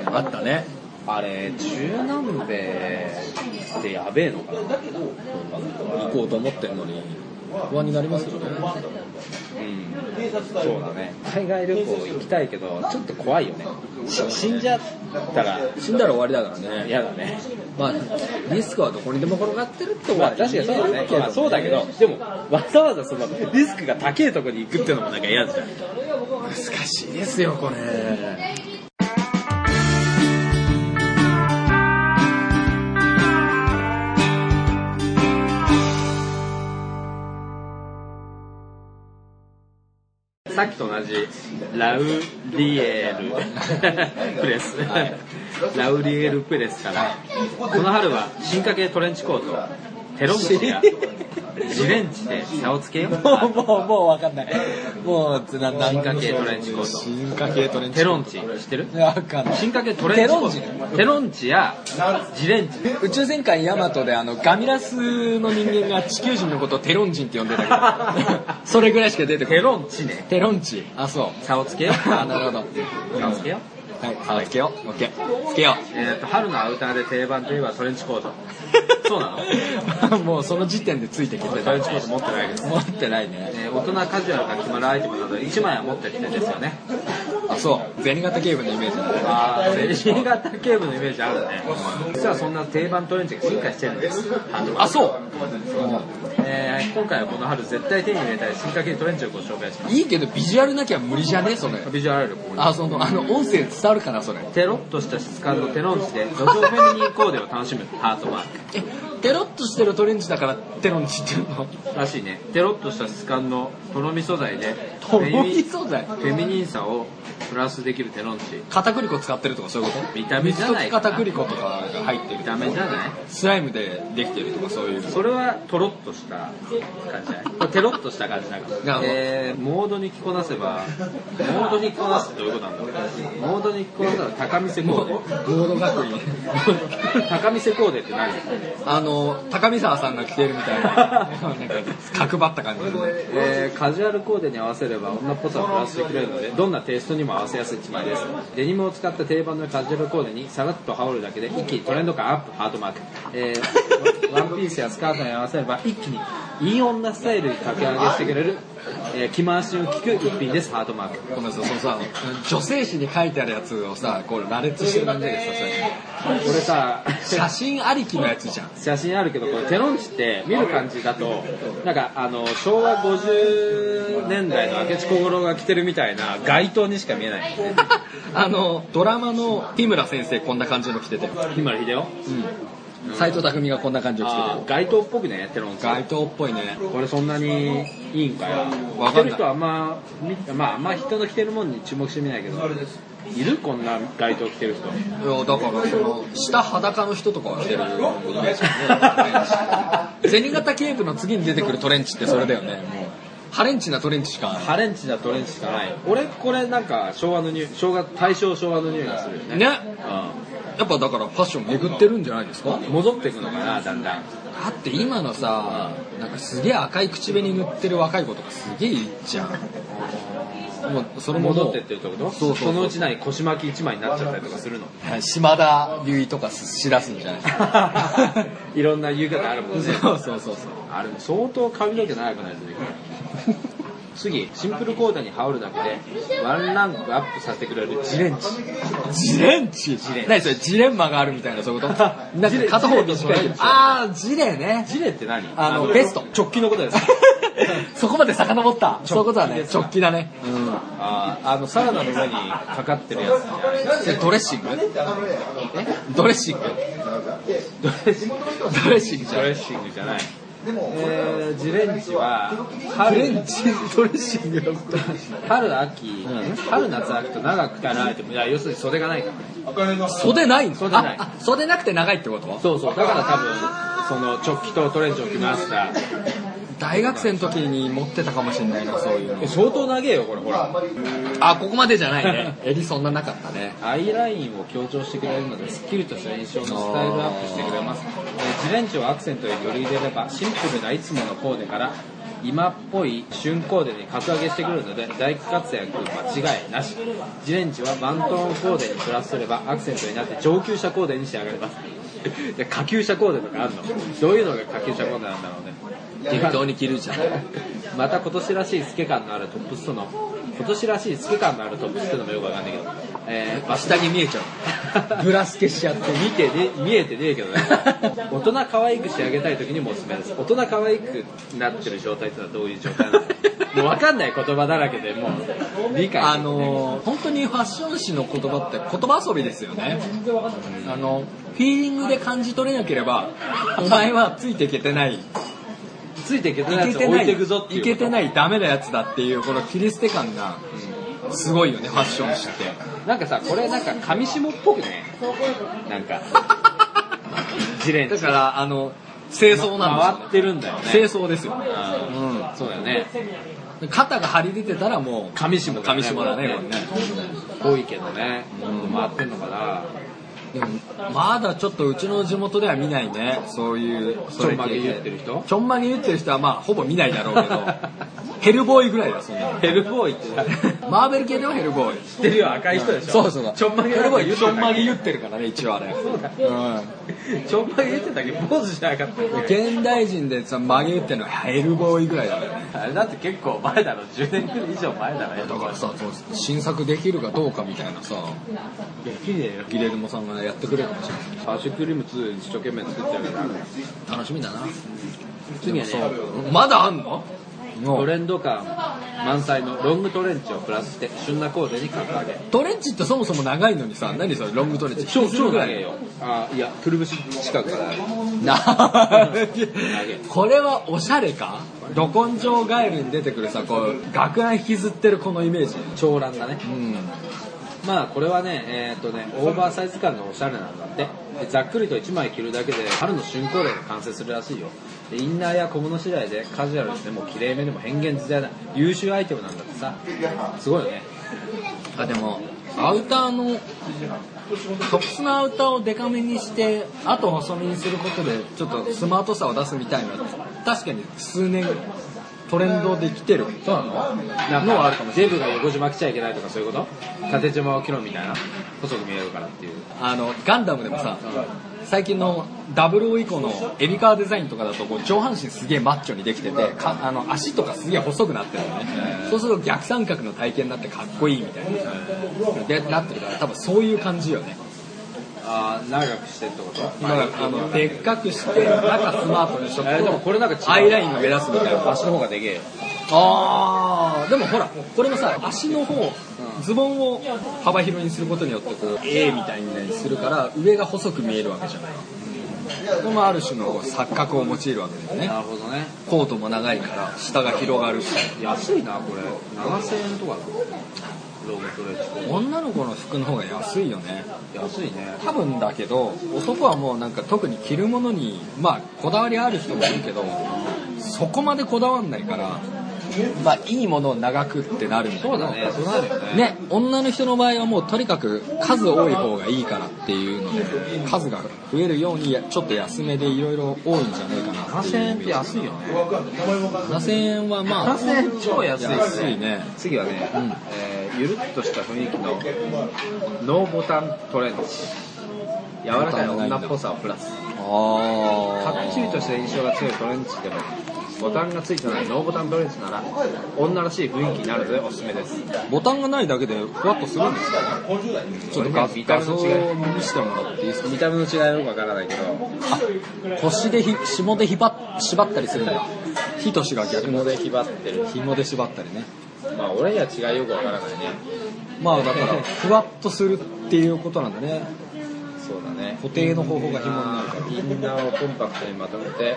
あったねあれ中南米ってやべえのかな行こうと思ってんのに不安になりますよねうんそうだね海外旅行行きたいけどちょっと怖いよねし死んじゃったら死んだら終わりだからね嫌だねまあリスクはどこにでも転がってるってことまあは確かにそうだね言えるけどまあそうだけどでもわざわざそのリスクが高いとこに行くってのもなんか嫌じゃん難しいですよこれさっきと同じラウリエ ルプレス、ラウリエルプレスからこの春は進化系トレンチコートテロッシがジレンチで差をつけよう。 もう、もう、もうわかんない。もう、つな、なん進化系トレンチコー進化系トレント。チ。テロンチ、知ってるわかんない。進化系トレンチコーテロント。テロンチや、ジレンチ。宇宙戦艦ヤマトであのガミラスの人間が地球人のことをテロン人って呼んでたけ どそれぐらいしか出てこなテいロンチね。テロンチあそ差をつけうよ う。あなるほどは差をつけよう。いあつけようオッケーつけよえっと、春のアウターで定番といえばトレンチコ ート。そうなのうもうその 時点でついてきて俺るトレンチコート持ってないけど。持ってないねえー大人カジュアルが決まるアイテムなど1枚は持ってる人ですよね。あそう銭形警部のイメージだねあー、新型警部のイメージあるね。実はそんな定番トレンチが進化してるん です。あそうえー今回はこの春絶対手に入れたい進化系トレンチをご紹介しまいいけどビジュアルなきゃ無理じゃねそれす。ビジュアルあるよここに。あそのあの音声伝わるかなそれテロッとした質感のテロンチで路上フェミニンコーデを楽しむハートマーえテロッとしてるトレンチだからテロンチっていうクのらしいねテロッとした質感のとろみ素材でフとェろミみ素材フェミニンさをプラスできるテロンチ片栗粉使ってるとかそういうこと見た目じゃない水溶き片栗粉とかが入ってる見た目じゃないスライムでできてるとかそういうそれはとろっとした感じじゃないこれテロッとした感じだからなるほどえー、モードに着こなせばモードに着こなすってどういうことなんだろうモードに着こなせば高見せコーデボード 学院高見せコーデって何あの高見沢さんが着てるみたいななんか角張った感じのねえーカジュアルコーデに合わせれば女っぽさをプラスできるのでどんなテイストにも合わせやすい一枚ですデニムを使った定番のカジュアルコーデにさらっと羽織るだけで一気にトレンド感アップハートマーク、えーワンピースやスカートに合わせれば一気にいい女スタイルに駆け上げしてくれる、えー着回しの効く一品ですハートマークごめんなさいそのさ女性誌に書いてあるやつをさこう羅列してる感じだけどさこれさ それ写真ありきのやつじゃん 写真あるけどこれテロンチって見る感じだとなんかあの昭和50年代の明智小五郎が着てるみたいな街灯にしか見えないあのドラマの日村先生こんな感じの着てたよ日村秀夫斎藤匠がこんな感じの着てたあよー街頭っぽくねテロンチ街頭っぽいねこれそんなにいいんかよわ着てかんないる人はあんまみまああんま人の着てるもんに注目してみないけどいるこんな街頭着てる人いやだからその下裸の人とかは着てるイメージだね銭形警部の次に出てくるトレンチってそれだよねもうハレンチなトレンチしかハレンチなトレンチしかない俺これなんか昭和の匂い昭和大正昭和の匂いがするよねねやっぱだからファッション巡ってるんじゃないですかうん戻っていくのかなだんだんだって今のさなんかすげえ赤い口紅塗ってる若い子とかすげえいいじゃんもうそれももう戻ってってるってことそうそうそうのうちない腰巻き一枚になっちゃったりとかす るのはい島田龍一とかしらすんじゃないですか いろんな言い方あるもんねそうそうそうそうあれも相当髪の毛長くないとできない次シンプルコーデに羽織るだけでワンランクアップさせてくれるジレンチジレンチ何それジレンマがあるみたいなそういうこと なんか片方短いあージレねジレって何あのベスト直近のことです そこまで遡った そういうことだね直帰だね あーあのサラダの上にかかってるやつそれドレッシングドレッシングドレッシングドレッシングじゃドレんッシングじゃないえー、ジレンチはジレンチドレッシングのこと春秋、春夏秋と長く着られてもいや要するに袖がないから袖ないの袖ないああ袖なくて長いってことそうそうだから多分その直帰とトレンチを着ました大学生の時に持ってたかもしれないなそういうのえ相当長えよこれほらあここまでじゃないね襟そんななかったねアイラインを強調してくれるのでスッキリとした印象のスタイルアップしてくれますえージレンチをアクセントにより入れればシンプルないつものコーデから今っぽい旬コーデに格上げしてくるので大活躍間違いなしジレンチはワントーンコーデにプラスすればアクセントになって上級者コーデに仕上がります いや下級者コーデとかあるのどういうのが下級者コーデなんだろうね適当に着るじゃん また今年らしい透け感のあるトップスとの今年らしい透け感のあるトップスってのもよくわかんないけど、えー、バス下着見えちゃうブラスケしちゃって 見てね見えてねえけどね 大人可愛く仕上げたい時にもおすすめです大人可愛くなってる状態ってのはどういう状態な のもうわかんない言葉だらけでもう理解あのー本当にファッション誌の言葉って言葉遊びですよね。あの、フィーリングで感じ取れなければ、お前はついていけてない。いついていけてないやけつをて置ないい。ていくぞっていういけてない、ダメなやつだっていう、この切り捨て感が、すごいよね、ファッション誌って。なんかさこれなんか 上下っぽくねなんかジレンだから、あの、清掃なん回ってるんだよねですよ。清掃ですよ。うんそうだよね肩が張り出てたらもう、紙芝だ紙芝だね、これね。多いけどね、うん、回ってんのかなでも、まだちょっとうちの地元では見ないね。そういう、ちょんまげ言ってる人ちょんまげ言ってる人はまあ、ほぼ見ないだろう けど、ヘルボーイぐらいだ、そんなの。ヘルボーイって誰マーベル系ではヘルボーイ。知ってるよ赤い人でしょそうそうそうちょんまげなんか言ってちょんまたげ言ってるからね、一応あれ。ちょんまげ言ってたけどポーズしなかったよね現代人でさ、曲げ打ってるのはヘルボーイぐらいだからね。あれだって結構前だろ10年以上前だろだからさ、そう新作できるかどうかみたいなさ、きねえよギレルモさんがやってくれるかもしれない。パーシュクリーム2一生懸命作ってるから楽しみだな。次はねまだあんのトレンド感満載のロングトレンチをプラスして旬なコーデに格上げトレンチってそもそも長いのにさ、何それ、ロングトレンチ。超超投げよあいやくるぶし近くからな これはおしゃれかど根性ガエルに出てくるさ、こう、学ラン引きずってるこのイメージ。長蘭だねまあこれはねえっ、とねオーバーサイズ感がおしゃれなんだってでざっくりと1枚着るだけで春の春光例が完成するらしいよでインナーや小物次第でカジュアルでも綺麗めでも変幻自在な優秀アイテムなんだってさすごいよねあ、でも、アウターの、特殊なアウターをデカめにして、あと細身にすることで、ちょっとスマートさを出すみたいな、確かに数年、トレンドできてる。そうなのなんかあるかもデブが横島着ちゃいけないとかそういうこと縦島を着ろみたいな細く見えるからっていうあの、ガンダムでもさ、最近の00以降のエビカーデザインとかだとこう上半身すげえマッチョにできててかあの足とかすげえ細くなってるのねそうすると逆三角の体型になってかっこいいみたいなでなってるから多分そういう感じよねああ長くしてってことだからあのでっかくして中スマートにしとえーでもくこれなんか違うアイラインが目立つみたいな足の方がでけえよあーでもほらこれもさ足の方ズボンを幅広にすることによってこう A みたいにするから上が細く見えるわけじゃないこれもある種のこう錯覚を用いるわけだよねなるほどねコートも長いから下が広がるし安いなこれ7000円とかだロングトレーチ女の子の服の方が安いよね安いね多分だけど男はもうなんか特に着るものにまあこだわりある人もいるけどそこまでこだわんないからまあいいものを長くってなるんだけどそうだねそうなるよねね、女の人の場合はもうとにかく数多い方がいいからっていうので数が増えるようにちょっと安めでいろいろ多いんじゃないかな7000円って安いよね7000円はまあ7000円超安いっす安ねいね次はね、んえーゆるっとした雰囲気のノーボタントレンチ柔らかい女っぽさをプラスかあっちりとした印象が強いトレンチでもボタンがついてないノーボタントレンチなら女らしい雰囲気になるのでおすすめですボタンがないだけでふわっとするんですかちょっと画見た目画像の違いを見せてもらっていいですか見た目の違いはよくわからないけど腰でひ紐でひば縛ったりするんだひとしが逆紐のでひばってる紐で縛ったりねまあ俺には違いよくわからないねまあだから ふわっとするっていうことなんだねそうだね固定の方法が紐になるからインナーをコンパクトにまとめて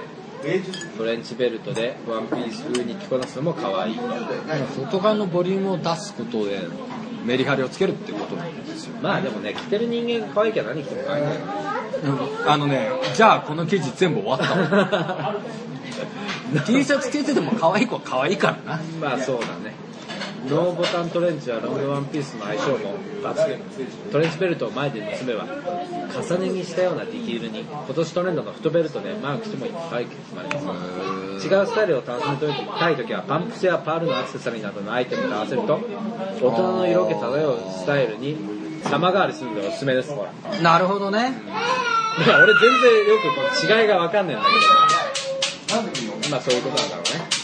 トレンチベルトでワンピース風に着こなすのも可愛い外側のボリュームを出すことでメリハリをつけるってことなんですよ、まあでもね着てる人間が可愛いきゃ何着ても可愛いからねあのねじゃあこの記事全部終わった わ T シャツ着てても可愛い子は可愛いからなまあそうだねノーボタントレンチはロングワンピースの相性も抜群トレンチベルトを前で結べば重ね着したようなディティールに今年トレンドの太ベルトでマークしてもいっぱい決まります違うスタイルを楽しみたい時はパンプスやパールのアクセサリーなどのアイテムと合わせると大人の色気漂うスタイルに様変わりするのがおすすめですほらなるほどねだから俺全然よくこの違いが分かんないんだけどまあそういうことなんだろうね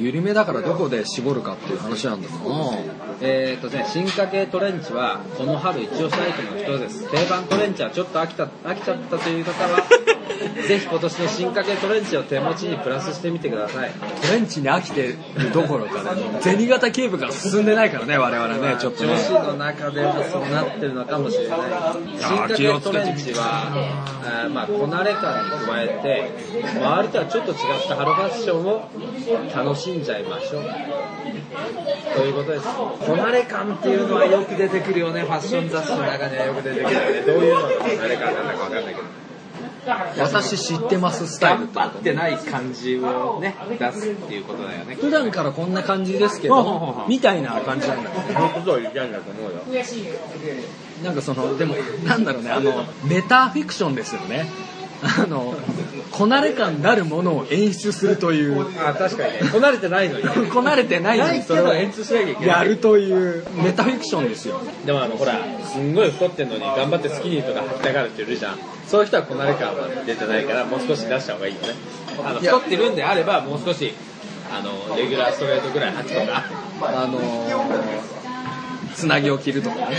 緩めだからどこで絞るかっていう話なんだもんなえーとね、進化系トレンチはこの春一押しアイテムの一つです定番トレンチはちょっと飽きた飽きちゃったという方はぜひ今年の進化系トレンチを手持ちにプラスしてみてくださいトレンチに飽きてるどころかね、銭形警部が進んでないからね、我々ね、ちょっと女ね。子の中でもそうなってるのかもしれない進化系トレンチはあーまあこなれ感に加えて周りとはちょっと違った春ファッションを楽しんじゃいましょうということですこなれ感っていうのはよく出てくるよねファッション雑誌の中にはよく出てくるよねどういうのがこなれ感なんだかわかんないけど私知ってますスタイルって張こっとてない感じをね、出すっていうことだよね。普段からこんな感じですけほうほうほうほどうみたいな感じなんだよねそのことを言いたいんだと思うよなんかそのでもなんだろうねあのメタフィクションですよねあのこなれ感なるものを演出するというあ、確かにね。こなれてないのに。 こなれてないのにそれを演出しなきゃいけない。やるというメタフィクションですよでもあの、ほら、すんごい太ってんのに頑張ってスキニーとか履きたがる人いるじゃん。そういう人はこなれ感は出てないから、もう少し出した方がいいよね。あの、太ってるんであれば、もう少し、あの、レギュラーストレートぐらい履くとか。あのつなぎを切ると かね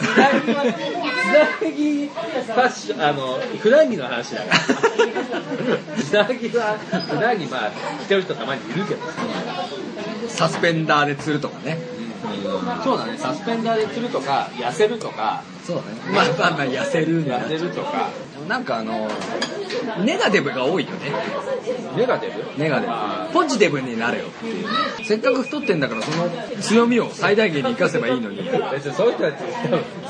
つなぎはつなぎファッション、あの、普段着の話だから。つなぎは、普段着まあ、着てる人たまにいるけどさ。サスペンダーで釣るとかねそうだね、サスペンダーで釣るとか、痩せるとか、そうだねまあまあまあ痩せる痩せるとか、なんかあのネガティブが多いよね目が出るネガティブポジティブになれよっていうせっかく太ってんだからその強みを最大限に生かせばいいのに別にそういう人たち、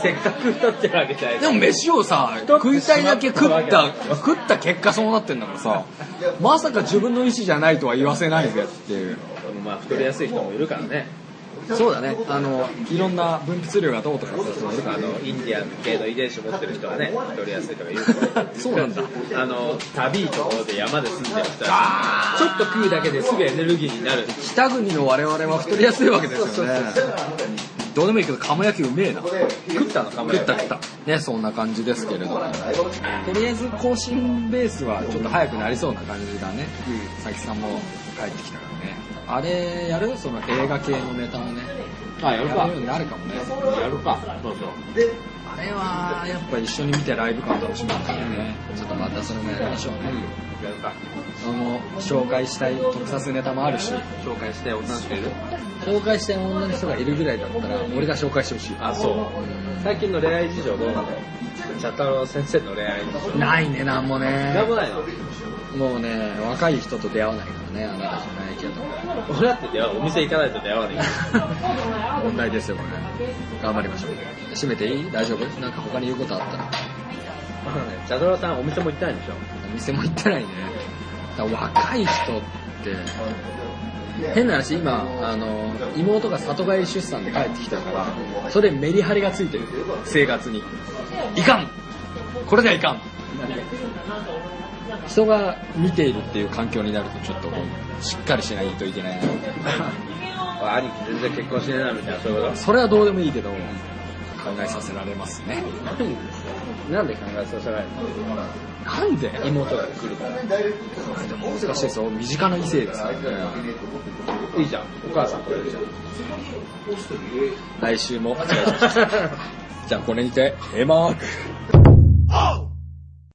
せっかく太ってるわけじゃないでも飯をさ、食いたいだけ食った、食った結果そうなってんだからさ、まさか自分の意思じゃないとは言わせないぜっていう。まあ、太りやすい人もいるからね。そうだね、あの、いろんな分泌量がどうとかさ、あの、インディアン系の遺伝子持ってる人はね、太りやすいとかいるから。そうなんだ。あの、旅いいところで山で住んでる人は、ちょっと食うだけですぐエネルギーになる。北国の我々は太りやすいわけですよね。どうでもいいけど、鴨焼きうめえな。食ったのかも食った食った。ね、そんな感じですけれども。とりあえず更新ベースはちょっと早くなりそうな感じだね。佐々木さんも帰ってきたからね。あれ、やるその映画系のネタをね。あ、やるやかるよ。うになるかもね。やるか。そうそう。あれはやっぱ一緒に見てライブ感楽しみだったよね。ちょっとまたそれもやりましょうね。やるか。あの紹介したい特撮ネタもあるし、紹介して、女の人いる紹介したい女の人がいるぐらいだったら、俺が紹介してほしあ、そう。最近の恋愛事情どうなの茶太郎先生の恋愛事情。い。ないね、なんもなんね。もないのもうね、若い人と出会わないからね、あなたじゃないけど。俺だって出会うお店行かないと出会わない。問題ですよ、これ。頑張りましょう。閉めていい大丈夫なんか他に言うことあったら。茶太郎さんお店も行ってないんでしょお店も行ってないね。だから若い人って、変な話、今、あの、妹が里帰り出産で帰ってきたから、それメリハリがついてる、生活に。いかんこれではいかん人が見ているっていう環境になると、ちょっとこう、しっかりしないといけない兄貴全然結婚しねえなみたいな、そういうこな。それはどうでもいいけど、考えさせられますね。となんで考えさせられるなんでの妹が来るから。でも難しいですよ。身近な異性ですからね。いいじゃん、お母さん来れるじゃん。 来週も。じゃあこれにて、閉幕。